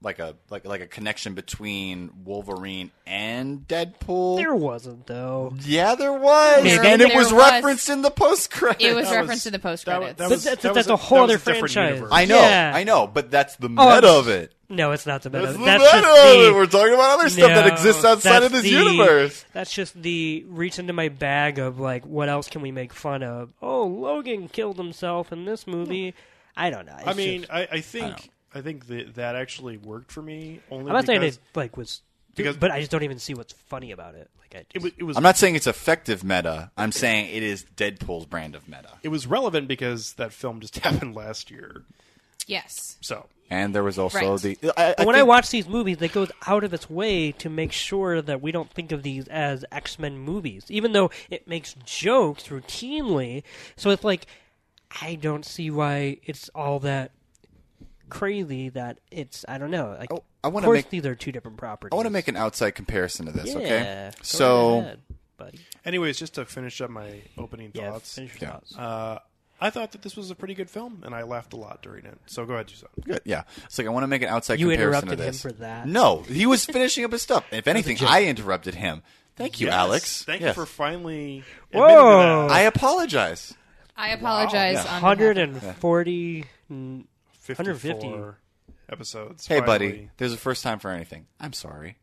like a like like a connection between Wolverine and Deadpool. There wasn't though. yeah, there was, There- and it there was, was. referenced in the post credits. It was That referenced was- in the post that wa- credits. that But was- that's, was that's a- a whole that was other a different franchise. universe. I know, Yeah. I know, but that's the Oh, meta I'm- of it. No, it's not the meta. That's the that's meta just of the, it. We're talking about other stuff that No, exists outside that's of this the- universe. That's just the reach into my bag of like, what else can we make fun of? Oh, Logan killed himself in this movie. I don't know. I It's mean, just- I, I think I, think that that actually worked for me. Only I'm not saying because it like was, because- but I just don't even see what's funny about it. Like, I just, it was it was, I'm not saying it's effective meta. I'm saying it is Deadpool's brand of meta. it was relevant because that film just happened last year. Yes. So And there was also Right. the. I, But when I think- watch these movies, it goes out of its way to make sure that we don't think of these as X Men movies, even though it makes jokes routinely. So it's like, I don't see why it's all that crazy that it's, I don't know. Like, Oh, I of wanna course, make- these are two different properties. I want to make an outside comparison to this, yeah, okay? go So, ahead, buddy. anyways, just to finish up my opening Yeah, thoughts. finish your Yeah. thoughts. Uh, I thought that this was a pretty good film, and I laughed a lot during it. So go ahead, Jason. good, yeah. It's like I want to make an outside You comparison interrupted to him this. for that. No, he was finishing up his stuff. If anything, I interrupted him. Thank you, Yes, Alex. Thank Yes. you for finally. Whoa. admitting to that. I apologize. I apologize. Yeah. on behalf- 140. mm, 54 episodes. Hey, buddy. finally. There's a first time for anything. I'm sorry.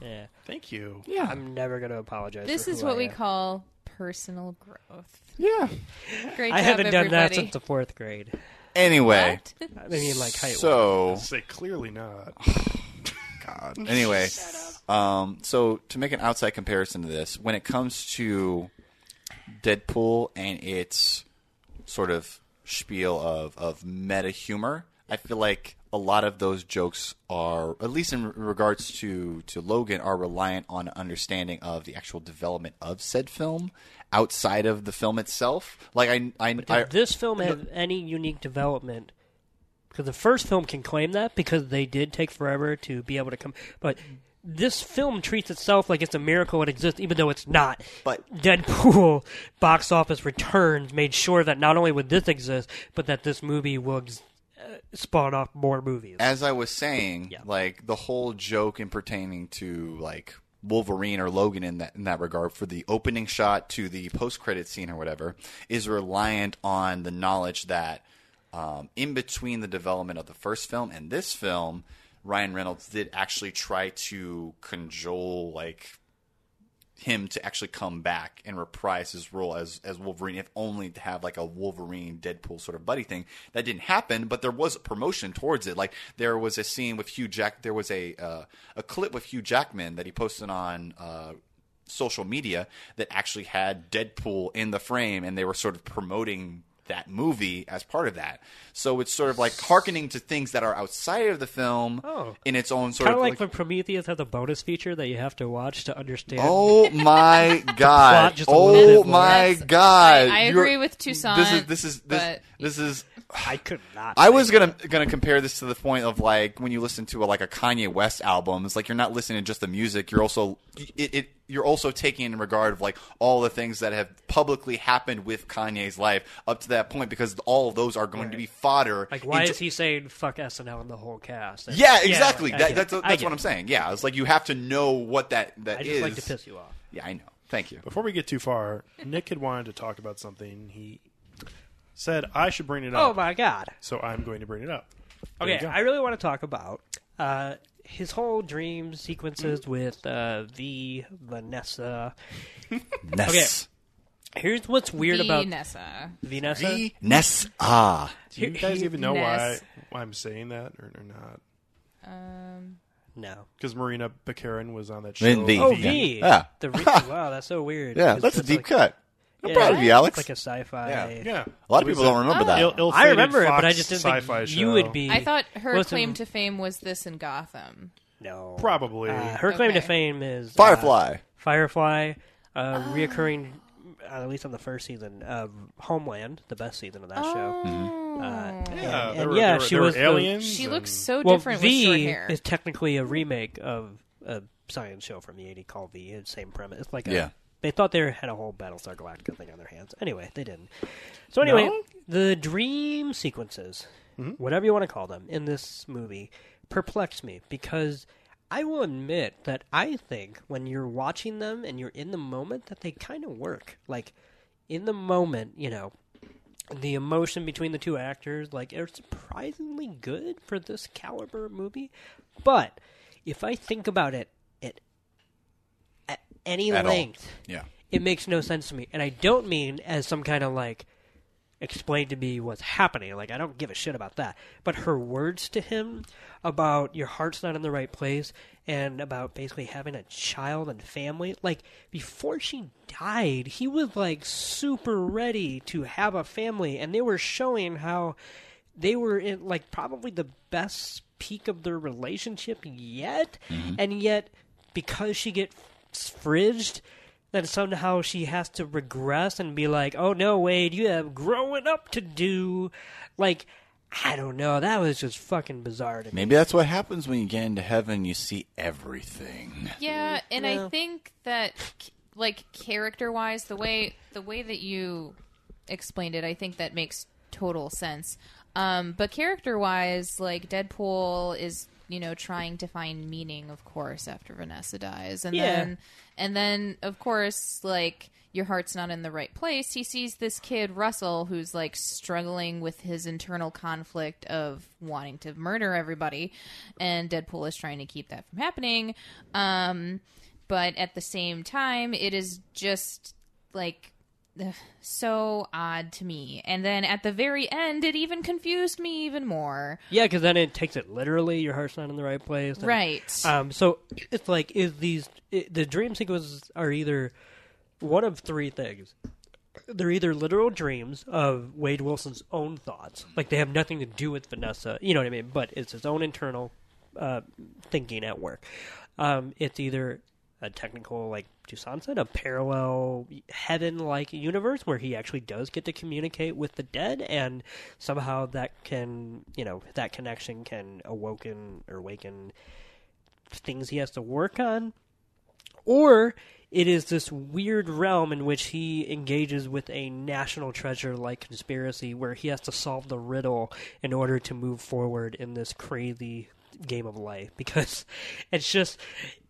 Yeah. Thank you. Yeah. I'm never going to apologize. This for is who what I we am. call personal growth. yeah. Great I job, haven't done everybody. that since the fourth grade. Anyway. What? I mean, like height. So, Say clearly not. God. Anyway. Um, so, to make an outside comparison to this, when it comes to Deadpool and its sort of spiel of, of meta humor, I feel like a lot of those jokes are, at least in regards to, to Logan, are reliant on understanding of the actual development of said film outside of the film itself. Like, I. I, I Did this film have any unique development? Because the first film can claim that because they did take forever to be able to come. But this film treats itself like it's a miracle it exists, even though it's not. But- Deadpool box office returns made sure that not only would this exist, but that this movie will ex- uh, spawn off more movies. as I was saying, Yeah. like the whole joke in pertaining to like Wolverine or Logan in that in that regard for the opening shot to the post credit scene or whatever is reliant on the knowledge that um, in between the development of the first film and this film, Ryan Reynolds did actually try to cajole like him to actually come back and reprise his role as as Wolverine, if only to have like a Wolverine Deadpool sort of buddy thing. That didn't happen, but there was a promotion towards it. Like there was a scene with Hugh Jack. There was a uh, a clip with Hugh Jackman that he posted on. Uh, social media that actually had Deadpool in the frame and they were sort of promoting that movie as part of that. So it's sort of like hearkening to things that are outside of the film in its own sort Kind of of like when Prometheus has a bonus feature that you have to watch to understand. Oh my god! just a little Oh bit more. my That's- god! I- I You're- agree with Toussaint, This is this is this, but- this is. I could not. I was gonna gonna compare this to the point of like when you listen to a, like a Kanye West album. It's like you're not listening to just the music. You're also it, it you're also taking in regard of like all the things that have publicly happened with Kanye's life up to that point because all of those are going to be fodder. Like, why into- is he saying "fuck SNL" and the whole cast? And- Yeah, exactly. I that, get that's it. I that's get what it. I'm saying. Yeah, it's like you have to know what that that I is. just like to piss you off. Yeah, I know. Thank you. Before we get too far, Nick had wanted to talk about something. He said I should bring it Oh up, my god. so I'm going to bring it up. There you Okay, go. I really want to talk about uh, his whole dream sequences Mm. with uh, the Vanessa. Ness. Here's what's weird about Vanessa. Vanessa. E Ness. Ah. Do you guys even know why, Ness. why I'm saying that or, or not? Um, No. Because Marina Bakarin was on that show. Vin V. Oh, V. V. Yeah. The re- wow, that's so weird. Yeah, 'Cause that's a it's deep like- cut. I'm yeah, proud of you, It's Alex. like a sci-fi. Yeah. Yeah, a lot of It was people don't a remember that. Ill, ill I remember it, but I just didn't think you would be. I thought her Listen- claim to fame was this in Gotham. No. Probably. Uh, her claim to Okay. fame is uh, Firefly. Firefly, uh, reoccurring, uh, Ah. at least on the first season, uh, Homeland, the best season of that show. Oh. yeah, and- there and were, yeah, there were, she there was were the- aliens. She and- looks so Well, different with short V hair. is technically a remake of a science show from the 80s called V. It's same premise. It's like a- Yeah. they thought they had a whole Battlestar Galactica thing on their hands. Anyway, they didn't. So anyway, the dream sequences, whatever you want to call them, in this movie perplex me because I will admit that I think when you're watching them and you're in the moment that they kind of work. Like in the moment, you know, the emotion between the two actors like are surprisingly good for this caliber movie but if i think about it at, at any At all. length Yeah. it makes no sense to me and i don't mean as some kind of like explain to me what's happening like i don't give a shit about that but her words to him about your heart's not in the right place and about basically having a child and family like before she died he was like super ready to have a family and they were showing how they were in like probably the best peak of their relationship yet, and yet because she gets fridged, then somehow she has to regress and be like, "Oh no, Wade, you have growing up to do." Like, I don't know. That was just fucking bizarre to me. Maybe that's what happens when you get into heaven. You see everything. Yeah, and I think that like character wise, the way the way that you explained it, I think that makes total sense. Um, but character wise, like Deadpool is you know trying to find meaning, of course, after Vanessa dies, and Yeah. then and then of course like. Your heart's not in the right place. He sees this kid, Russell, who's like struggling with his internal conflict of wanting to murder everybody. And Deadpool is trying to keep that from happening. Um, but at the same time it is just like ugh, so odd to me and then at the very end it even confused me even more Yeah, because then it takes it literally. Your heart's not in the right place. and- right Um, so it's like is these i the dream sequences are either one of three things. They're either literal dreams of Wade Wilson's own thoughts, like they have nothing to do with Vanessa. You know what I mean? But it's his own internal uh, thinking at work. Um, it's either a technical, like Toussaint said, a parallel heaven-like universe where he actually does get to communicate with the dead, and somehow that can, you know, that connection can awoken or awaken things he has to work on, or it is this weird realm in which he engages with a national treasure like conspiracy where he has to solve the riddle in order to move forward in this crazy game of life because it's just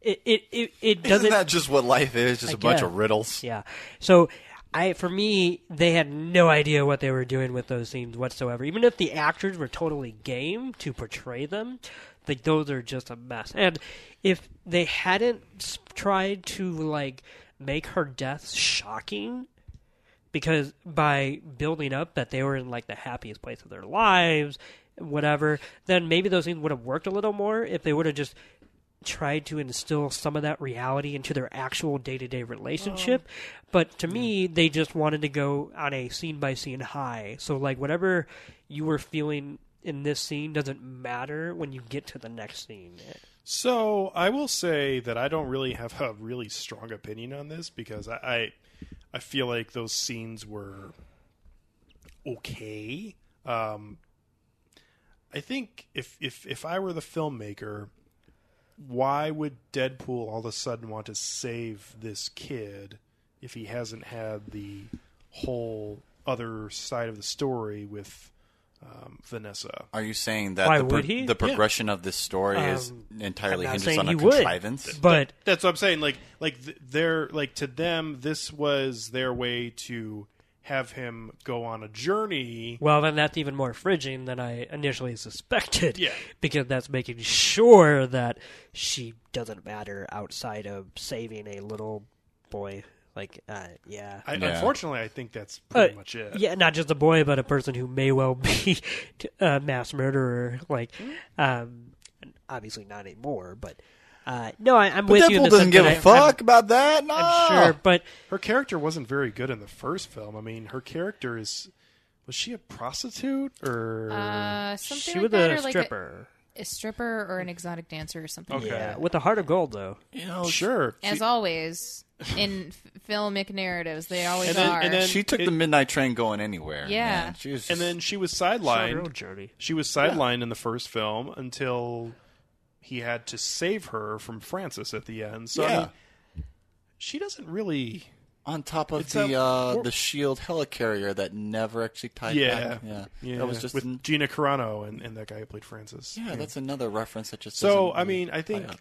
it it it, it Isn't doesn't that just what life is? Just a bunch guess. of riddles. yeah. So I for me, they had no idea what they were doing with those scenes whatsoever. Even if the actors were totally game to portray them, like those are just a mess. And if they hadn't s- tried to like make her death shocking because by building up that they were in like the happiest place of their lives, whatever, then maybe those things would have worked a little more if they would have just tried to instill some of that reality into their actual day to day relationship. But to me, they just wanted to go on a scene by scene high. So, like, whatever you were feeling in this scene doesn't matter when you get to the next scene. So I will say that I don't really have a really strong opinion on this because I I, I feel like those scenes were okay. Um, I think if if if I were the filmmaker, why would Deadpool all of a sudden want to save this kid if he hasn't had the whole other side of the story with um, Vanessa? Are you saying that Why the, would he? the progression of this story is Um, entirely I'm not hinges saying on a he would, contrivance? But That's what I'm saying. Like, like th- their like to them, this was their way to have him go on a journey. Well, then that's even more fridging than I initially suspected. Yeah. Because that's making sure that she doesn't matter outside of saving a little boy. Like, uh, yeah. I, Yeah. Unfortunately, I think that's pretty Uh, much it. Yeah, not just a boy, but a person who may well be t- a mass murderer. Like, Hmm. um, obviously not anymore, but. Uh, no, I, I'm But with you. in Deadpool the doesn't sense give that a I- fuck Ah! about that. No. I'm, I'm sure, but Her character wasn't very good in the first film. I mean, her character is was she a prostitute or uh, something she like was that, a or like stripper. a, a stripper or an exotic dancer or something. Okay. like yeah, that. with a heart of gold, though. You know, Oh, sure? As always in f- filmic narratives, they always And then- are. and then- She took It- the midnight train going anywhere. Yeah. man. She was And then she was Saw her sidelined. own journey. She was sidelined in the first film until he had to save her from Francis at the end. So I Yeah. mean, she doesn't really. on top of It's the a- uh, we're- the shield helicarrier that never actually tied Yeah. back. Yeah, Yeah, that was just with an- Gina Carano and, and that guy who played Francis. yeah. That's another reference that just So doesn't I really mean, I think tie up.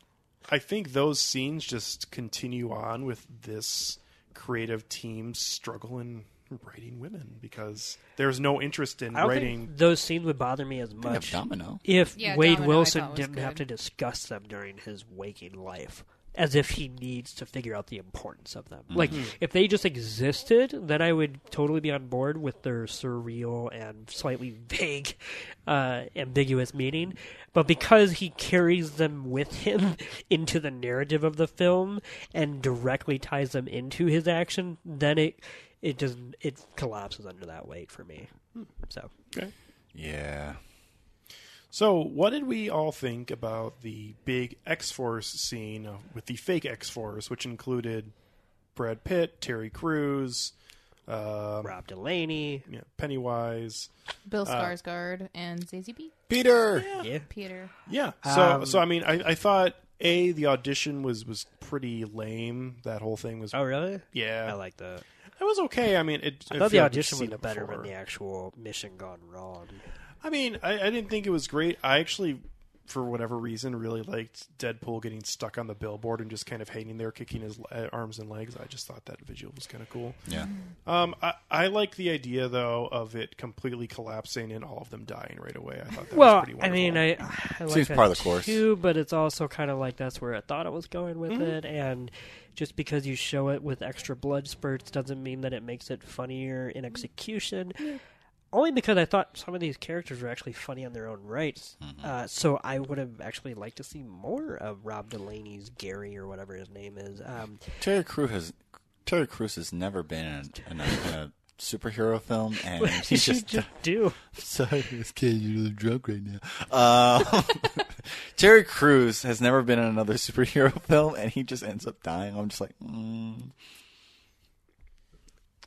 I think those scenes just continue on with this creative team struggle in writing women because there's no interest in I don't writing. think those scenes would bother me as I think of much. Domino. if Yeah, Wade Domino I Wilson thought was didn't have to good. discuss them during his waking life, as if he needs to figure out the importance of them. Like, if they just existed, then I would totally be on board with their surreal and slightly vague, uh, ambiguous meaning. But because he carries them with him into the narrative of the film and directly ties them into his action, Hmm. then it. It does. It collapses under that weight for me. So Okay. Yeah. So, what did we all think about the big X Force scene uh, with the fake X Force, which included Brad Pitt, Terry Crews, um, Rob Delaney. yeah, Pennywise? Bill uh, Skarsgård and Zazie B. Peter. Yeah. Peter. Yeah. So, Um, so I mean, I, I thought a the audition was was pretty lame. That whole thing was. Oh, really? Yeah, I like that. it was okay. I mean, it. I thought the audition was would have better than Yeah. the actual mission gone wrong. I mean, I, I didn't think it was great. I actually, for whatever reason, really liked Deadpool getting stuck on the billboard and just kind of hanging there, kicking his uh, arms and legs. I just thought that visual was kind of cool. Yeah. Um, I, I like the idea though of it completely collapsing and all of them dying right away. I thought that was Well, pretty I wonderful. mean, I, I like Seems that part of the course. too, but it's also kind of like that's where I thought it was going Mm-hmm. with it, and just because you show it with extra blood spurts doesn't mean that it makes it funnier in execution. Only because I thought some of these characters were actually funny on their own rights, uh, so I would have actually liked to see more of Rob Delaney's Gary or whatever his name is. Um, Terry Crews has Terry Crews has never been in a, in a, in a superhero film, and what he's did you just, just do? sorry, this kid. You're really drunk right now. Uh, Terry Crews has never been in another superhero film, and he just ends up dying. I'm just like, mm.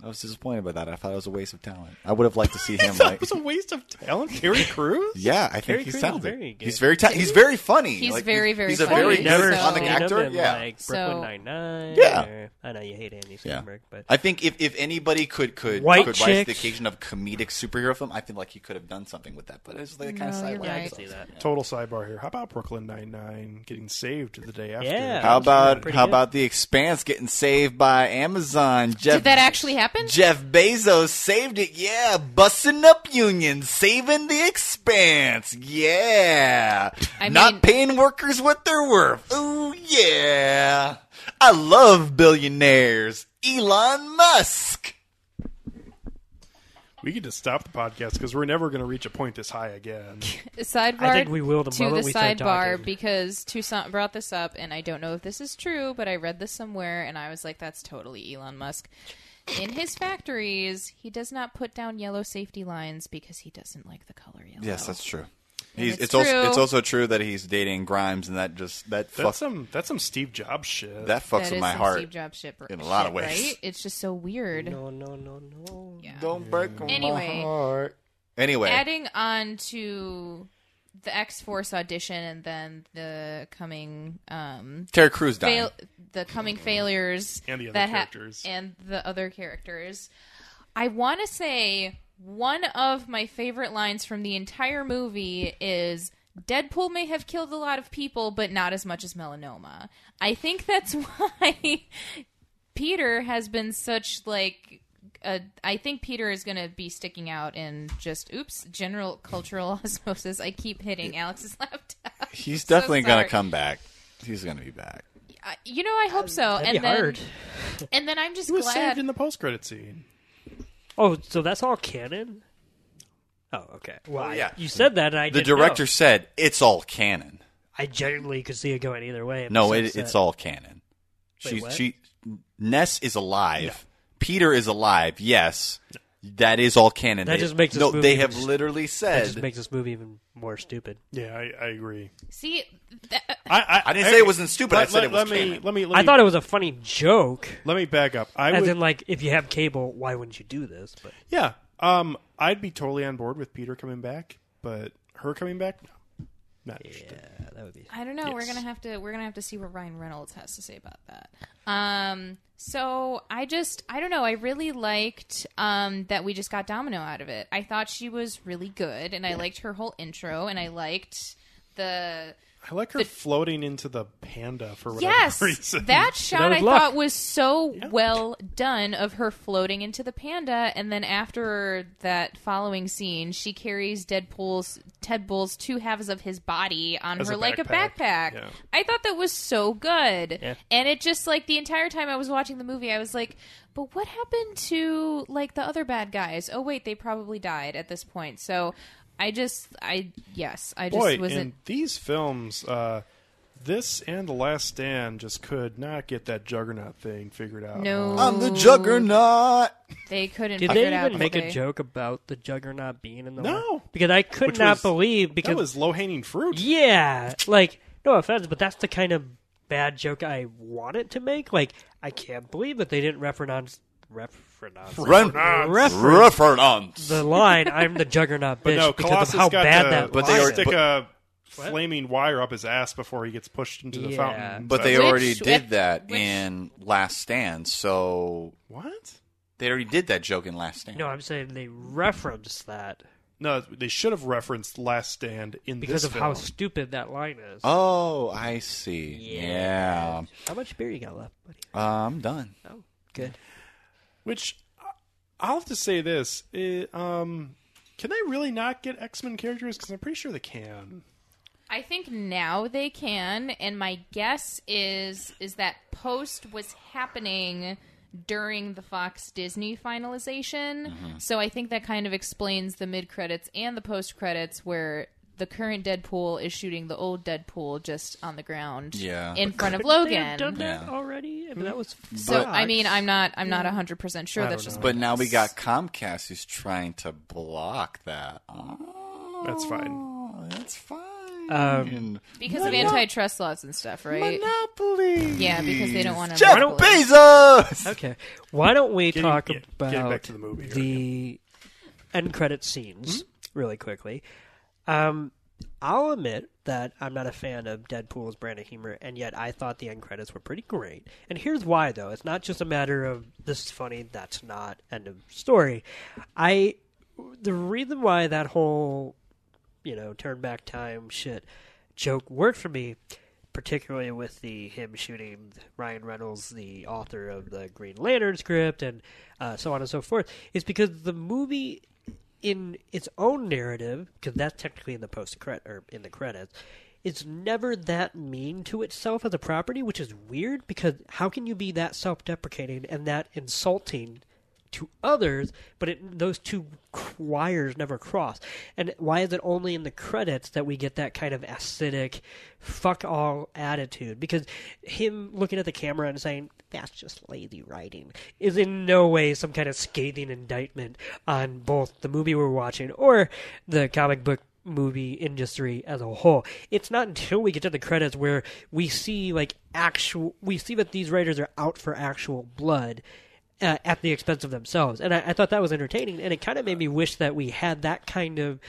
I was disappointed by that. I thought it was a waste of talent. I would have liked to see him that like. was a waste of talent. Terry Crews. Yeah, I think Terry he's Crews is talented. very good. he's very ta- he's very funny. He's Like, very, very he's a funny, very I've good never seen comic him actor. in, Yeah, like So- Brooklyn Nine Nine. Yeah. I know you hate Andy Yeah. Samberg, but I think if, if anybody could could White could rise to the chicks. occasion of comedic superhero film, I think like he could have done something with that. But it's like kind of No, you're sideways. right. I can see that. Total sidebar here. How about Brooklyn Nine Nine getting saved the day after? Yeah. How about Pretty how good. about the Expanse getting saved by Amazon? Jeff, Did that actually happen? Jeff Bezos saved it. Yeah, busting up unions, saving the Expanse. Yeah, I not mean- paying workers what they're worth. Ooh yeah, I love billionaires. Elon Musk. We could just stop the podcast because we're never going to reach a point this high again. sidebar. I think we will the to moment the we start sidebar talking. because Toussaint brought this up, and I don't know if this is true, but I read this somewhere, and I was like, "That's totally Elon Musk." In his factories, he does not put down yellow safety lines because he doesn't like the color yellow. Yes, that's true. He's, it's it's, also true. it's also true that he's dating Grimes, and that just that That's fucks some that's some Steve Jobs shit. that That fucks is with my some Steve heart. Jobs shit, in a lot of shit, ways. Right? It's just so weird. No, no, no, no. Yeah. Don't break Anyway. my heart. Anyway, Adding on to the X Force audition, and then the coming um, Terry Crews dying. fail- the coming failures And the other that characters. and the other characters. I want to say one of my favorite lines from the entire movie is Deadpool may have killed a lot of people, but not as much as melanoma. I think that's why Peter has been such like. A, I think Peter is going to be sticking out in just oops general cultural osmosis. I keep hitting Alex's laptop. He's So definitely gonna sorry. come back. He's gonna be back. I- You know, I hope so. Um, That'd and be then, hard. and then I'm just He was glad. saved in the post credit scene. Oh, so that's all canon? Oh, okay. Well, I- yeah. you said that, and I The didn't director know. said it's all canon. I genuinely could see it going either way. I'm No, so it, upset. it's all canon. Wait, she what? she Ness is alive. Peter is alive. Yes, that is all canon. That They- just makes this no. movie They have just- literally That just said. makes this movie even more stupid. Yeah, I, I agree. See, th- I, I, I didn't say it wasn't stupid. I Let, said it let, was let me canon. let me let I me- thought it was a funny joke. let me back up. I As would in, like, if you have cable, why wouldn't you do this? But yeah. Um, I'd be totally on board with Peter coming back, but her coming back, no, not interested. yeah, that would be. I don't know. We're Yes. gonna have to. We're gonna have to see what Ryan Reynolds has to say about that. Um. So I just. I don't know. I really liked. Um. That we just got Domino out of it. I thought she was really good, and I liked her whole intro, and I liked the. I like her floating into the panda for whatever Yes, reason. that shot That was I luck. thought was so well done of her floating into the panda, and then after that following scene, she carries Deadpool's Ted Bull's two halves of his body on As her a like a backpack. backpack. Yeah. I thought that was so good, Yeah. and it just like the entire time I was watching the movie, I was like, "But what happened to like the other bad guys? Oh wait, they probably died at this point." So I just, I yes, I just boy wasn't. in these films. Uh, This and The Last Stand just could not get that juggernaut thing figured out. No. I'm the juggernaut. They couldn't Did figure they it out. even make a okay. joke about the juggernaut being in the No. line? Because I could Which not was- believe because That was low hanging fruit. yeah, like no offense, but that's the kind of bad joke I wanted to make. Like I can't believe that they didn't reference reference Run, reference reference. the line "I'm the juggernaut bitch" But no, because Colossus of how got bad to that. But line they are- is. stick but- a flaming wire up his ass before he gets pushed into the Yeah. fountain. But they Which- already which- did that which- in Last Stand, so what? they already did that joke in Last Stand. no, I'm saying they reference that No, they should have referenced Last Stand in because this of how film. stupid that line is. Oh, I see. Yeah. How much beer you got left, buddy? Uh, I'm done. Oh, good. Which I- I'll have to say this: it, um, can they really not get X Men characters? Because I'm pretty sure they can. I think now they can, and my guess is is that post was happening during the Fox Disney finalization. So I think that kind of explains the mid credits and the post credits where the current Deadpool is shooting the old Deadpool just on the ground Yeah. in front of They have done Logan. Mm-hmm. that Yeah. already. I mean, that was So But- I mean, I'm not I'm not 100% sure that's just But now we got Comcast who's trying to block that. Oh, That's fine. That's fine. Um, because of antitrust laws and stuff, right? Monopoly. Yeah, because they don't wanna Jeff monopoly. Bezos. Okay. Why don't we Getting- talk yeah, about getting back to the movie Mm-hmm. here, the end credit scenes really quickly? Um, I'll admit that I'm not a fan of Deadpool's brand of humor, and yet I thought the end credits were pretty great. And here's why, though: it's not just a matter of this is funny, that's not end of story. I the reason why that whole you know turn back time shit joke worked for me particularly with the him shooting Ryan Reynolds, the author of the Green Lantern script, and uh, so on and so forth, is because the movie, in its own narrative, because that's technically in the post credit or in the credits, it's never that mean to itself as a property, which is weird because how can you be that self-deprecating and that insulting to others, but it, those two wires never cross. And why is it only in the credits that we get that kind of acidic, fuck all attitude? Because him looking at the camera and saying, that's just lazy writing, is in no way some kind of scathing indictment on both the movie we're watching or the comic book movie industry as a whole. It's not until we get to the credits where we see like actual we see that these writers are out for actual blood uh, at the expense of themselves. And I, I thought that was entertaining, and it kind of made me wish that we had that kind of.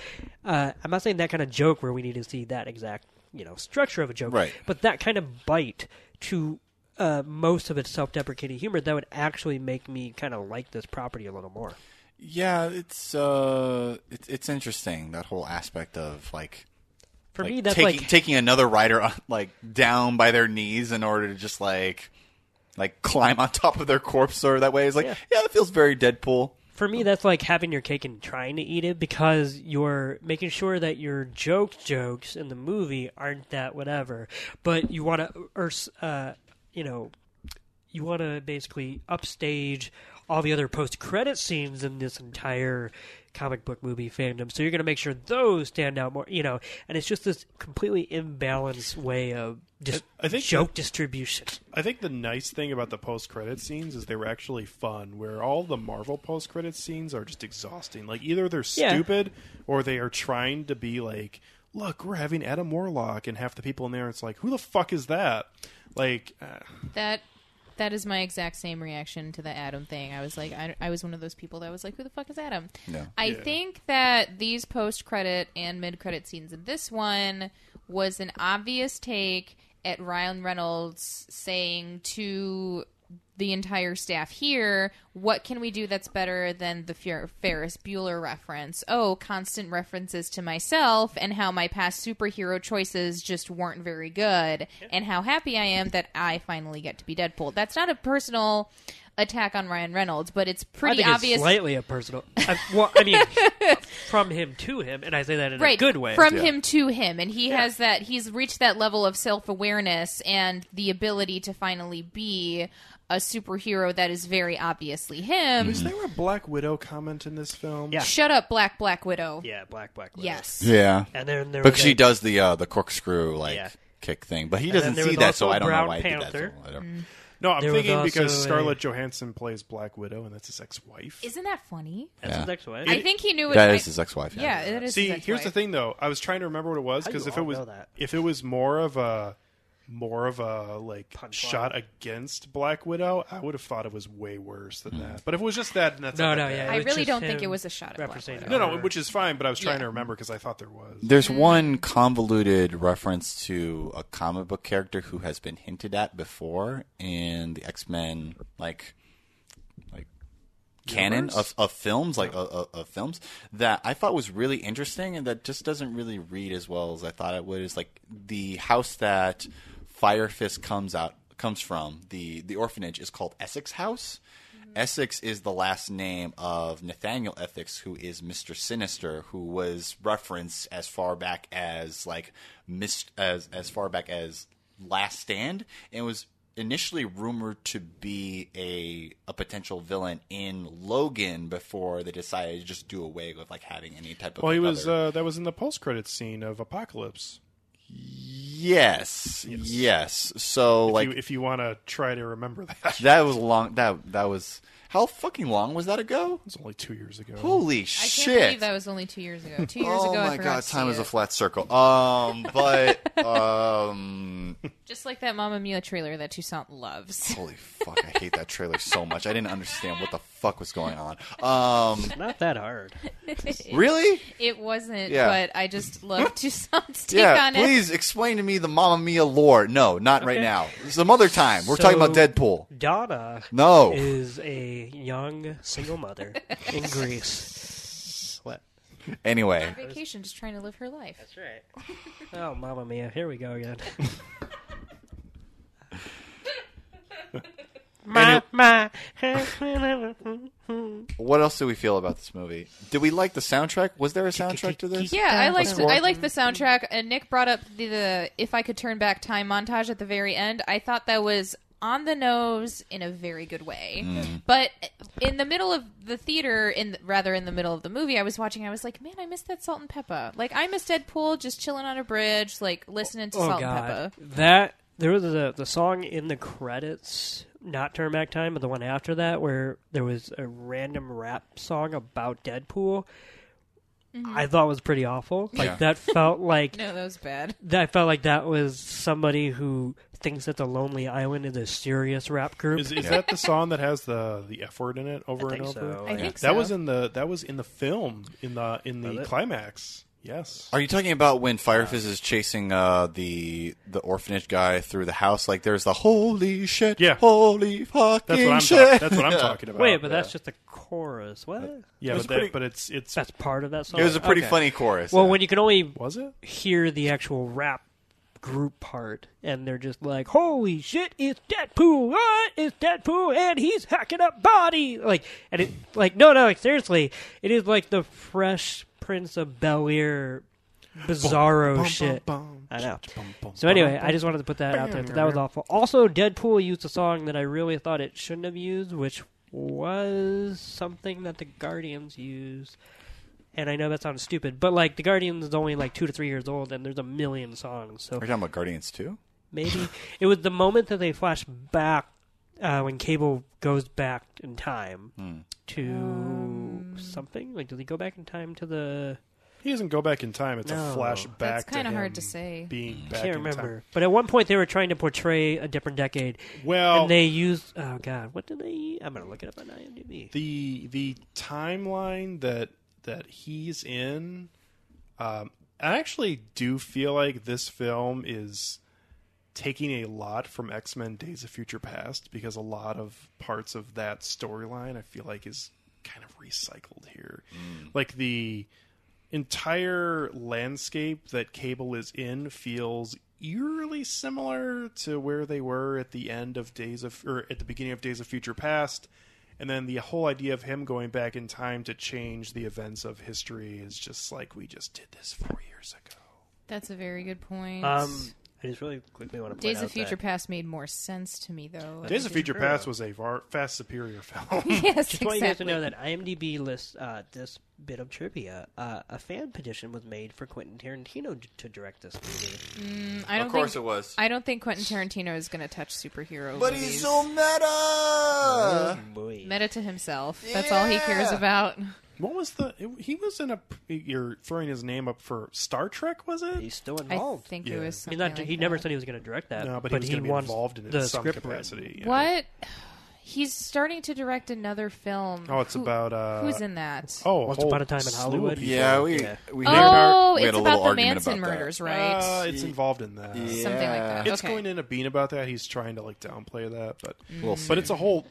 Uh, I'm not saying that kind of joke where we need to see that exact you know structure of a joke, Right. But that kind of bite to. Uh, most of its self-deprecating humor that would actually make me kind of like this property a little more. Yeah, it's uh, it's it's interesting that whole aspect of like For like, me, that's taking, like taking another rider on, like down by their knees in order to just like like climb on top of their corpse or that way. It's like yeah, Yeah. that feels very Deadpool. For me, that's like having your cake and trying to eat it because you're making sure that your joke jokes in the movie aren't that whatever, but you want to, or uh, you know, you want to basically upstage all the other post-credit scenes in this entire comic book movie fandom. So you're going to make sure those stand out more, you know. And it's just this completely imbalanced way of just I- I think joke distribution. I think the nice thing about the post credit scenes is they were actually fun. Where all the Marvel post credit scenes are just exhausting. Like either they're Yeah. stupid or they are trying to be like, look, we're having Adam Warlock, and half the people in there, it's like, who the fuck is that? Like, uh, That that is my exact same reaction to the Adam thing. I was like, I, I was one of those people that was like, who the fuck is Adam? Yeah. I think that these post credit and mid credit scenes in this one was an obvious take at Ryan Reynolds saying to the entire staff here, what can we do that's better than the Fer- Ferris Bueller reference? Oh, constant references to myself and how my past superhero choices just weren't very good, and how happy I am that I finally get to be Deadpool. That's not a personal attack on Ryan Reynolds, but it's I pretty think obvious. it's slightly a personal. I, well, I mean, from him to him, and I say that in a right good way. from Yeah. him to him and he has that he's reached that level of self-awareness and the ability to finally be a superhero that is very obviously him is there a Black Widow comment in this film? Yeah. shut up black black widow Yeah, Black Black. Widow. yes Yeah, And then there because was she a- does the uh, the corkscrew like Yeah. kick thing, but he then doesn't there see was that, so also I don't know Brown why I did Panther. Mm. that. So I don't- No, I'm There was thinking because also a- Scarlett Johansson plays Black Widow, and that's his ex-wife. Isn't that funny? That's Yeah. the next one. I think he knew it. That I- is his ex-wife. Yeah, it is. See, his here's the ex-wife. thing, though. I was trying to remember what it was How do because you if it all was know that? if it was more of a more of a like shot against Black Widow, I would have thought it was way worse than that. But if it was just that, then that's Hmm. No, not no, that yeah. bad. I was really just don't think him it was a shot at Black representing Widow. No, no, her. which is fine. But I was trying Yeah. to remember because I thought there was. There's Mm-hmm. one convoluted reference to a comic book character who has been hinted at before in the X Men, like, like canon of, of films, like uh, uh, of films that I thought was really interesting and that just doesn't really read as well as I thought it would. Is like the house that Fire Fist comes out comes from the the orphanage is called Essex House. Essex is the last name of Nathaniel Essex, who is Mister Sinister, who was referenced as far back as like mist as as far back as Last Stand, and was initially rumored to be a a potential villain in Logan before they decided to just do away with like having any type of. Well, he like, was. other- Uh, that was in the post credit scene of Apocalypse. yes, yes, So If like you, if you want to try to remember that, that was a long. That that was how fucking long was that ago? it's only two years ago. Holy I can't shit! believe that was only two years ago. Two years oh ago, I my forgot god, to time see is a it. flat circle. Um, but um, Just like that Mamma Mia trailer that Toussaint loves. holy fuck, I hate that trailer so much. I didn't understand what the fuck was going on. Um, Not that hard. really? It wasn't, Yeah. but I just love Toussaint's take Yeah, on it. please explain to me the Mamma Mia lore. No, not right now. Some other time. We're talking about So- Deadpool. Donna No. is a young single mother in Greece. What? Anyway, Vacation, just trying to live her life. That's right. Oh, Mamma Mia! Here we go again. Ma, ma. what else do we feel about this movie? Did we like the soundtrack? Was there a soundtrack to this? Yeah, I liked score? I liked the soundtrack. And Nick brought up the, the "If I Could Turn Back Time" montage at the very end. I thought that was on the nose in a very good way. Mm-hmm. But in the middle of the theater, in rather in the middle of the movie, I was watching. I was like, man, I miss that Salt and Peppa. Like I miss Deadpool just chilling on a bridge, like listening to Oh, Salt and Peppa. That there was a the song in the credits, not Turn Back Time, but the one after that where there was a random rap song about Deadpool. I thought was pretty awful. Like Yeah. that felt like Mm-hmm. No, that was bad. that I felt like that was somebody who thinks that the Lonely Island is a serious rap group. Is, is that the song that has the the F word in it over I and think over? Oh, so. I think so. That was in the that was in the film in the in the it? climax. Yes. Are you talking about when Firefist is chasing uh, the the orphanage guy through the house? Like, there's the holy shit, Yeah. holy fucking That's what I'm. Ta- shit. that's what I'm talking about. Wait, but that's just the chorus. What? Uh, yeah, was but, that, pretty- but it's it's That's part of that song. it was a pretty Okay. funny chorus. Well, yeah. when you can only was it? hear the actual rap group part and they're just like holy shit it's deadpool what it's deadpool and he's hacking up body like and it like no no like seriously it is like the fresh prince of bel-air bizarro Oh, shit i know so anyway i just wanted to put that out there that, that was awful also deadpool used a song that i really thought it shouldn't have used which was something that the guardians used and I know that sounds stupid, but like the Guardians is only like two to three years old, and there's a million songs. So Are you talking about Guardians too? maybe it was the moment that they flash back uh, when Cable goes back in time Hmm. to something. Like, does he go back in time to the? He doesn't go back in time. It's No. a flashback. That's kind of hard to say. Being I back can't in remember. time. But at one point, they were trying to portray a different decade, Well, and they used. Oh God, what did they? I'm gonna look it up on IMDb. the the timeline that that he's in. Um, I actually do feel like this film is taking a lot from X Men Days of Future Past because a lot of parts of that storyline I feel like is kind of recycled here. Like the entire landscape that Cable is in feels eerily similar to where they were at the end of Days of or at the beginning of Days of Future Past. And then the whole idea of him going back in time to change the events of history is just like we just did this four years ago. That's a very good point. Um, I just really quickly want to point Days out of Future that Past made more sense to me though. Days of think Future it's true. Past was a var- fast superior film. yes, Just want you guys to exactly. know that IMDb lists uh, this bit of trivia. Uh, a fan petition was made for Quentin Tarantino d- to direct this movie. I don't Of course think, it was. I don't think Quentin Tarantino is going to touch superhero But movies. he's so Uh. meta. Oh, boy. meta to himself. That's all he cares Yeah. about. what was the? it- he was in a. You're throwing his name up for Star Trek, was it? He's still I involved. think Oh, Yeah. it was I something mean, not, like he never that. said he was going to direct that. No, but, he was going to be wants involved in it the in some script capacity. yeah. What? He's starting to direct another film. Oh, it's Who- about. Uh, Who's in that? Oh, a Once whole Upon a Time in slew of Hollywood? people. Yeah, we Yeah. we had oh, our, we had it's a little about the argument Manson about murders, That. Uh, right? it's involved in that. Yeah. Something like that. It's okay. Mm. going in a bean about that. He's trying to like downplay that, but We'll but see. it's a whole.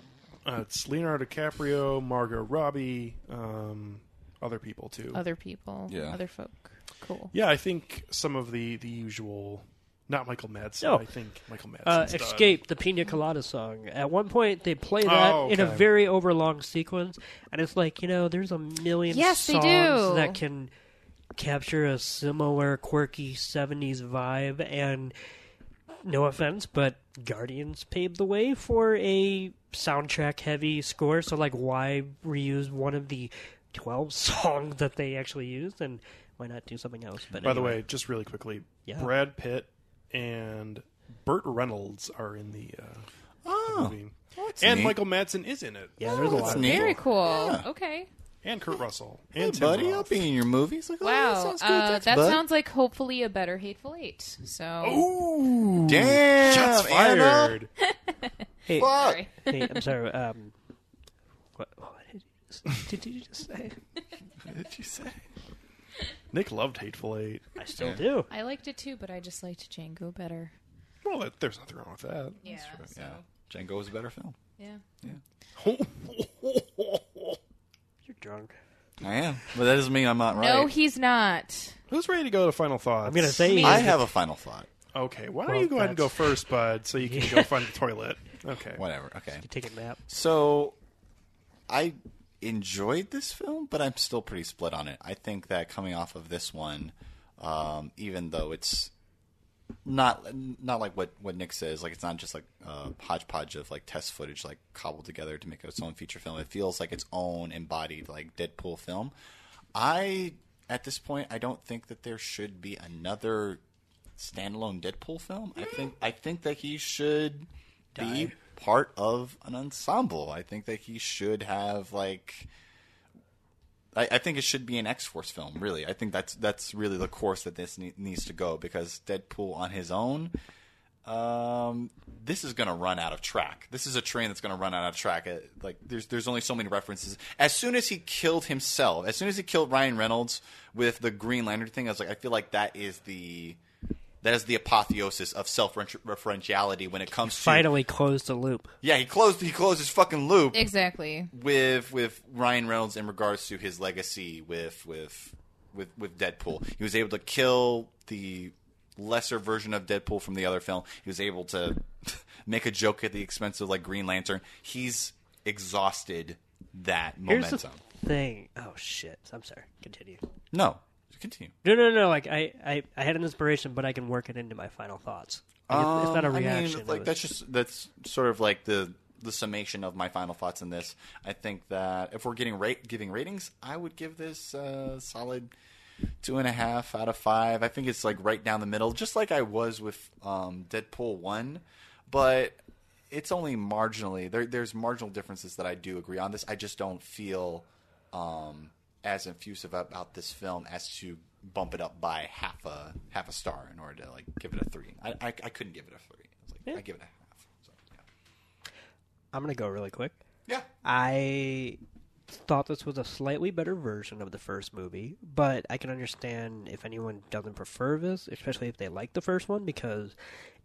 Uh, it's Leonardo DiCaprio, Margot Robbie, um, other people too. Other people, Yeah. other folk. Cool. Yeah, I think some of the the usual. Not Michael Madsen. No. I think Michael Madsen. Uh, Escape, the Pina Colada song. At one point, they play that Oh, in a okay. very overlong sequence, and it's like, you know, there's a million Yes, they songs do. that can capture a similar quirky 70s vibe, and no offense, but Guardians paved the way for a soundtrack heavy score, so, like, why reuse one of the 12 songs that they actually used, and why not do something else? But By the anyway. way, just really quickly, Yeah. Brad Pitt and Burt Reynolds are in the uh, Oh, movie, that's and neat. Michael Madsen is in it, yeah, there's a lot that's of neat. Very Cool. cool. Yeah. Okay. and Kurt Russell, Hey, and Tim buddy, Roth. I'll be in your movies. Like, oh, that Wow. sounds good. uh, Thanks, that bud. sounds like hopefully a better Hateful Eight. So. Oh, Ooh, Damn, Shots Anna. fired. Hey, Fuck. Sorry. Hey, I'm sorry. Um, what, what did, you, s- did you just say? What did you say? Nick loved Hateful Eight. I still do. I liked it too, but I just liked Django better. Well, that, there's nothing wrong with that. Yeah. So, Yeah, Django is a better film. yeah. You're drunk. I am, but that doesn't mean I'm not No, right. he's not. Who's ready to go to final thoughts? I'm gonna say he I is- have a final thought. Okay, why don't Well, you go ahead and go that's- first, Bud, so you can go find the toilet. Okay. Whatever. Okay. you take a nap. So, I enjoyed this film, but I'm still pretty split on it. I think that coming off of this one, um, even though it's not not like what, what Nick says, like it's not just like a hodgepodge of like test footage like cobbled together to make its own feature film. It feels like its own embodied like Deadpool film. I at this point, I don't think that there should be another standalone Deadpool film. I think I think that he should be part of an ensemble. I think that he should have like I, I think it should be an X Force film. Really, I think that's that's really the course that this ne- needs to go because Deadpool on his own, um, this is going to run out of track. This is a train that's going to run out of track. Uh, like there's there's only so many references. As soon as he killed himself, as soon as he killed Ryan Reynolds with the Green Lantern thing, I was like, I feel like that is the that is the apotheosis of self-referentiality when it comes to Finally closed the loop. yeah he closed he closed his fucking loop Exactly. with with Ryan Reynolds in regards to his legacy with with with with Deadpool. He was able to kill the lesser version of Deadpool from the other film. He was able to make a joke at the expense of like Green Lantern. He's exhausted that Here's the momentum. thing. Oh shit. I'm sorry. Continue. No, continue. No, no, no. Like I, I, I had an inspiration, but I can work it into my final thoughts. Like, it's, it's not a Um, reaction. I mean, it like was- that's just that's sort of like the the summation of my final thoughts in this. I think that if we're getting rate giving ratings, I would give this uh, solid two and a half out of five. I think it's like right down the middle, just like I was with um, Deadpool one, but it's only marginally there. There's marginal differences that I do agree on this. I just don't feel um, as infusive about this film as to bump it up by half a half a star in order to like give it a three. I I, I couldn't give it a three. I was like, I give it a half. So, I'm gonna go really quick. yeah. I thought this was a slightly better version of the first movie, but I can understand if anyone doesn't prefer this, especially if they like the first one, because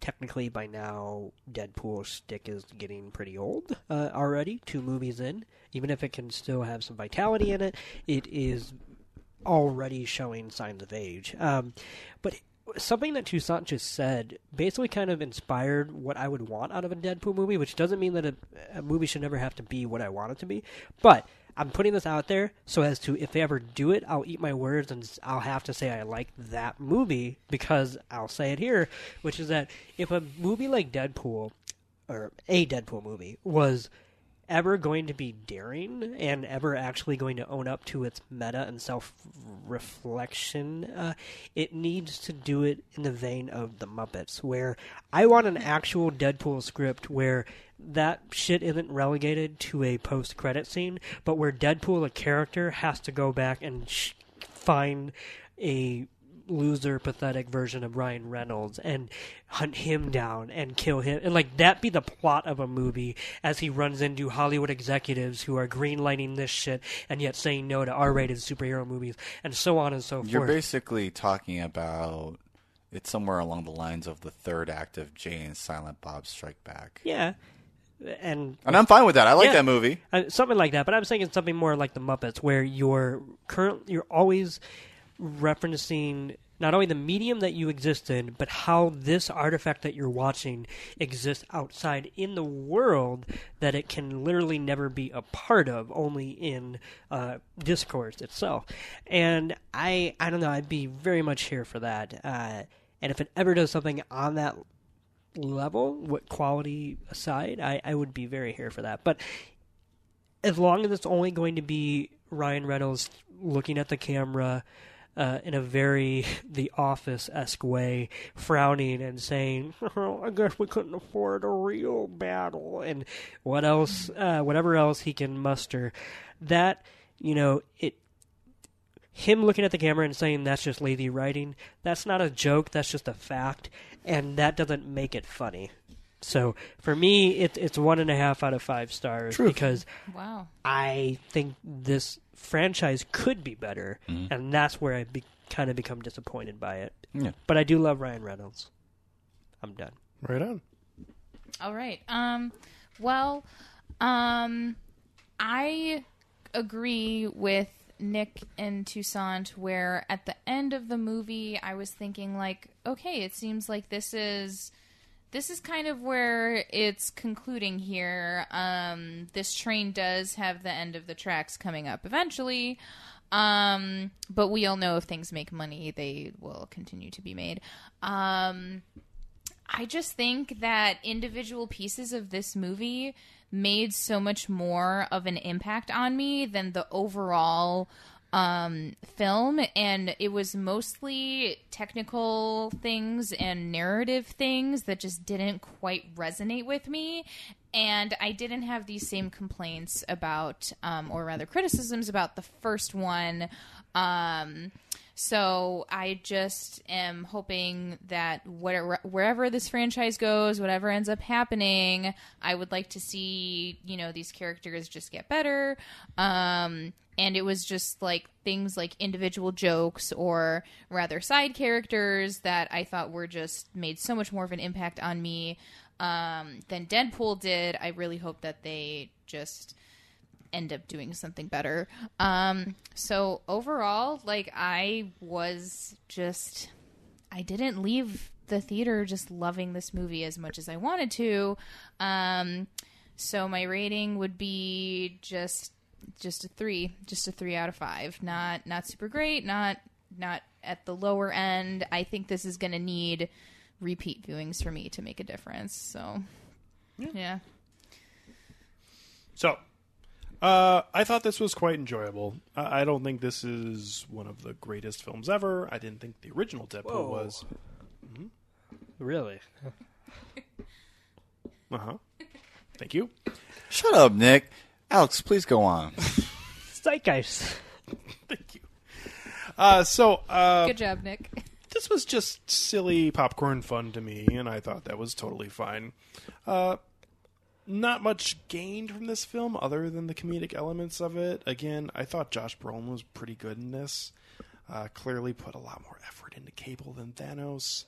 technically by now Deadpool's stick is getting pretty old uh, already, two movies in. Even if it can still have some vitality in it, it is already showing signs of age. Um, but something that Toussaint just said basically kind of inspired what I would want out of a Deadpool movie, which doesn't mean that a, a movie should never have to be what I want it to be. But I'm putting this out there so as to if they ever do it, I'll eat my words and s- I'll have to say I like that movie because I'll say it here, which is that if a movie like Deadpool or a Deadpool movie was ever going to be daring and ever actually going to own up to its meta and self reflection, uh, it needs to do it in the vein of the Muppets, where I want an actual Deadpool script where that shit isn't relegated to a post credit scene, but where Deadpool, a character, has to go back and sh- find a loser pathetic version of Ryan Reynolds and hunt him down and kill him and like that be the plot of a movie as he runs into Hollywood executives who are greenlighting this shit and yet saying no to R-rated superhero movies and so on and so You're forth. basically talking about it's somewhere along the lines of the third act of Jay and Silent Bob Strike Back. yeah. And And I'm fine with that. I like Yeah. that movie. uh, something like that. But I'm saying something more like the Muppets, where you're current, you're always referencing not only the medium that you exist in, but how this artifact that you're watching exists outside in the world that it can literally never be a part of, only in uh, discourse itself. And I, I don't know. I'd be very much here for that. Uh, and if it ever does something on that level, what quality aside, I, I would be very here for that. But as long as it's only going to be Ryan Reynolds looking at the camera uh, in a very The Office esque way, frowning and saying, "Oh, "I guess we couldn't afford a real battle," and what else, uh, whatever else he can muster, that you know it. Him looking at the camera and saying that's just lazy writing, that's not a joke, that's just a fact, and that doesn't make it funny. So for me, it, it's one and a half out of five stars because Wow. I think this franchise could be better, and that's where I be- kind of become disappointed by it. Yeah. But I do love Ryan Reynolds. I'm done. Right on. All right. Um well, um I agree with Nick and Toussaint where at the end of the movie I was thinking like, okay, it seems like this is this is kind of where it's concluding here. Um this train does have the end of the tracks coming up eventually. Um but we all know if things make money, they will continue to be made. Um I just think that individual pieces of this movie made so much more of an impact on me than the overall um, film. And it was mostly technical things and narrative things that just didn't quite resonate with me. And I didn't have these same complaints about, um, or rather criticisms about the first one. Um, so I just am hoping that whatever, wherever this franchise goes, whatever ends up happening, I would like to see you know these characters just get better. Um, and it was just like things like individual jokes or rather side characters that I thought were just made so much more of an impact on me um, than Deadpool did. I really hope that they just end up doing something better. Um, so overall, like I was just, I didn't leave the theater just loving this movie as much as I wanted to. Um, so my rating would be just, just a three, just a three out of five. Not, not super great. Not, not at the lower end. I think this is going to need repeat viewings for me to make a difference. So, yeah. So, uh, I thought this was quite enjoyable. I, I don't think this is one of the greatest films ever. I didn't think the original Deadpool Whoa. was. Really? Uh huh. Thank you. Shut up, Nick. Alex, please go on. Zeitgeist. Thank you. Uh, so, uh, Good job, Nick. this was just silly popcorn fun to me, and I thought that was totally fine. Uh, not much gained from this film other than the comedic elements of it. Again, I thought Josh Brolin was pretty good in this. Uh, clearly put a lot more effort into Cable than Thanos,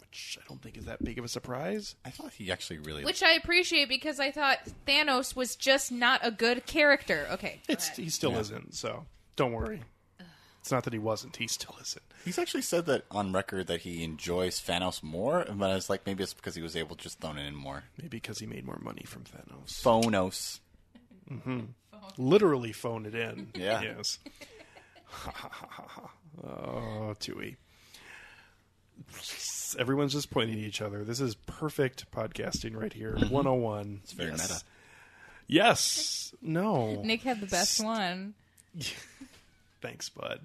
which I don't think is that big of a surprise. I thought he actually really. Which I appreciate because I thought Thanos was just not a good character. Okay. go It's ahead. he still isn't, so don't worry. It's not that he wasn't; he still isn't. He's actually said that on record that he enjoys Thanos more, but it's like maybe it's because he was able to just throw it in more. Maybe because he made more money from Thanos. Phonos. Literally phone it in. Yeah. Yes. oh, Tui. Everyone's just pointing at each other. This is perfect podcasting right here. 101. It's Mm-hmm. very meta. Yes. No. Nick had the best one. Thanks, bud.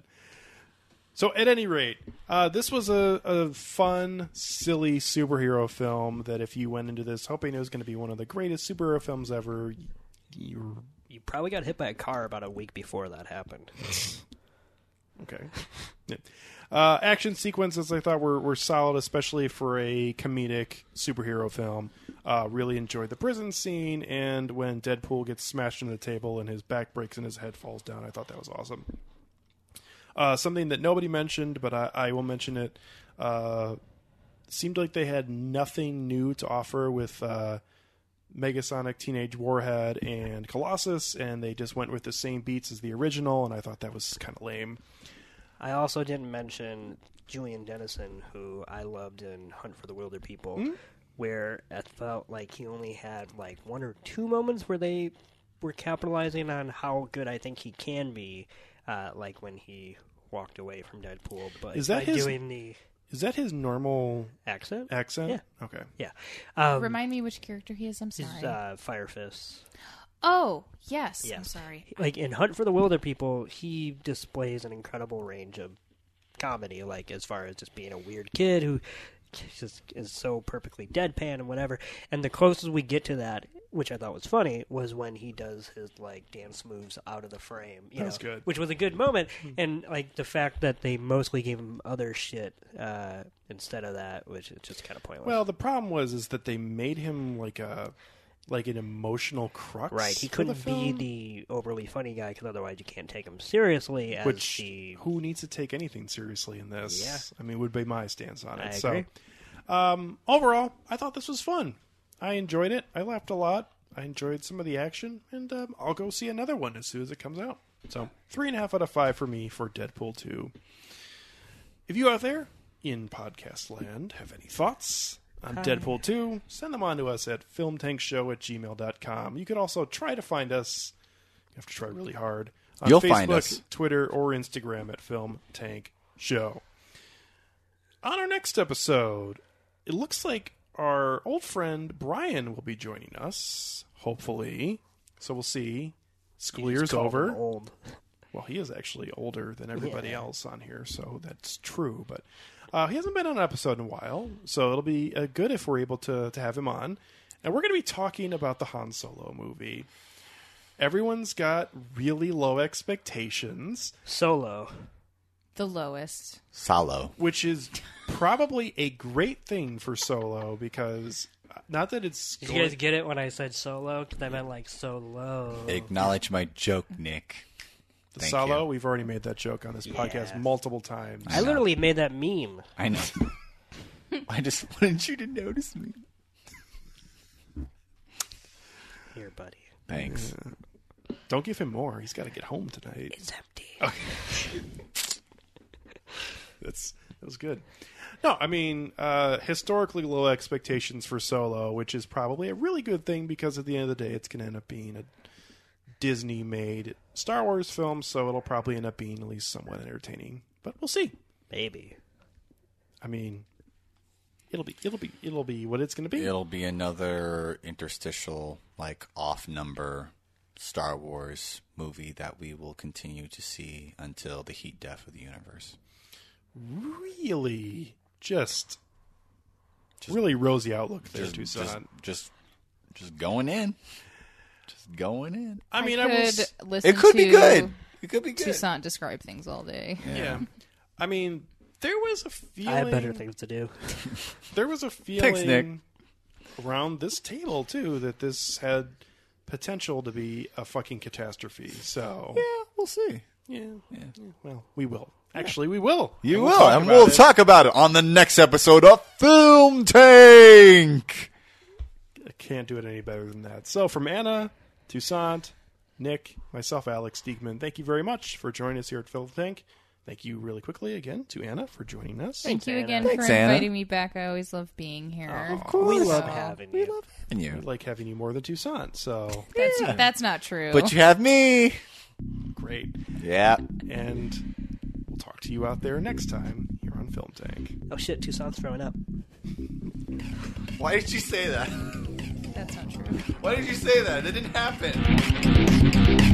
So, at any rate, uh, this was a, a fun, silly superhero film that if you went into this hoping it was going to be one of the greatest superhero films ever, y- you're. You probably got hit by a car about a week before that happened. Okay. Yeah. Uh, action sequences I thought were, were solid, especially for a comedic superhero film. Uh, really enjoyed the prison scene, and when Deadpool gets smashed into the table and his back breaks and his head falls down, I thought that was awesome. Uh, something that nobody mentioned, but I, I will mention it. Uh, seemed like they had nothing new to offer with uh, Megasonic Teenage Warhead and Colossus, and they just went with the same beats as the original, and I thought that was kind of lame. I also didn't mention Julian Dennison, who I loved in Hunt for the Wilder People, Hmm? where I felt like he only had like one or two moments where they were capitalizing on how good I think he can be, uh, like when he walked away from Deadpool. But Is that by his- doing the Is that his normal accent? accent? Yeah. Okay. yeah. Um, Remind me which character he is. I'm is sorry. uh, Fire Fist. oh, yes. I'm Yes. sorry. like in Hunt for the Wilder People, he displays an incredible range of comedy, like as far as just being a weird kid who just is so perfectly deadpan and whatever. And the closest we get to that, which I thought was funny, was when he does his like dance moves out of the frame. That You know, was good. Hmm. Which was a good moment. And like the fact that they mostly gave him other shit uh, instead of that, which is just kind of pointless. Well, the problem was is that they made him like a like an emotional crux. Right, he for couldn't be film, the overly funny guy because otherwise you can't take him seriously as which the who needs to take anything seriously in this? Yeah. I mean, would be my stance on it. I so, agree. um, overall, I thought this was fun. I enjoyed it. I laughed a lot. I enjoyed some of the action, and um, I'll go see another one as soon as it comes out. So, three and a half out of five for me for Deadpool two. If you out there in podcast land have any thoughts on Deadpool 2, send them on to us at filmtankshow at gmail.com. You can also try to find us, you have to try really hard, on You'll Facebook, find us. Twitter, or Instagram at Film Tank Show. On our next episode, it looks like our old friend Brian will be joining us, hopefully. So we'll see. School year's call over. him old. Well, he is actually older than everybody else on here, so that's true. But uh, he hasn't been on an episode in a while, so it'll be uh, good if we're able to, to have him on. And we're going to be talking about the Han Solo movie. Everyone's got really low expectations, Solo. The lowest. Solo. which is probably a great thing for Solo because uh, not that it's Did going- you guys get it when I said solo? Because I meant like solo. Acknowledge my joke, Nick. the Thank Solo. you. We've already made that joke on this podcast Yeah. multiple times. I literally made that meme. I know. I just wanted you to notice me. Here, buddy. Thanks. Don't give him more. He's got to get home tonight. It's empty. That's that was good. No, I mean uh, historically low expectations for Solo, which is probably a really good thing because at the end of the day, it's going to end up being a Disney-made Star Wars film, so it'll probably end up being at least somewhat entertaining. But we'll see. Maybe. I mean, it'll be it'll be it'll be what it's going to be. It'll be another interstitial, like off number Star Wars movie that we will continue to see until the heat death of the universe. Really, just, really rosy outlook there, Just, Tucson. just, just, just going in. Just going in. I mean, I, could will. s- listen It could to be good. It could be good. Toussaint describe things all day. yeah. I mean, there was a feeling. I have better things to do. there was a feeling Thanks, around this table too that this had potential to be a fucking catastrophe. So Yeah, we'll see. yeah, yeah, well, we will. Actually, we will. You And will, talk and about we'll it. talk about it on the next episode of Film Tank. I can't do it any better than that. So from Anna, Toussaint, Nick, myself, Alex Diekman, thank you very much for joining us here at Film Tank. Thank you really quickly again to Anna for joining us. Thank you Anna. again Thanks, for Anna. inviting me back. I always love being here. We course. love Wow. having We you. love having I you. like having you more than Tucson, so That's that's not true. But you have me. great. Yeah. And we'll talk to you out there next time here on Film Tank. Oh shit, Tucson's throwing up. Why did you say that? that's not true. Why did you say that? That didn't happen.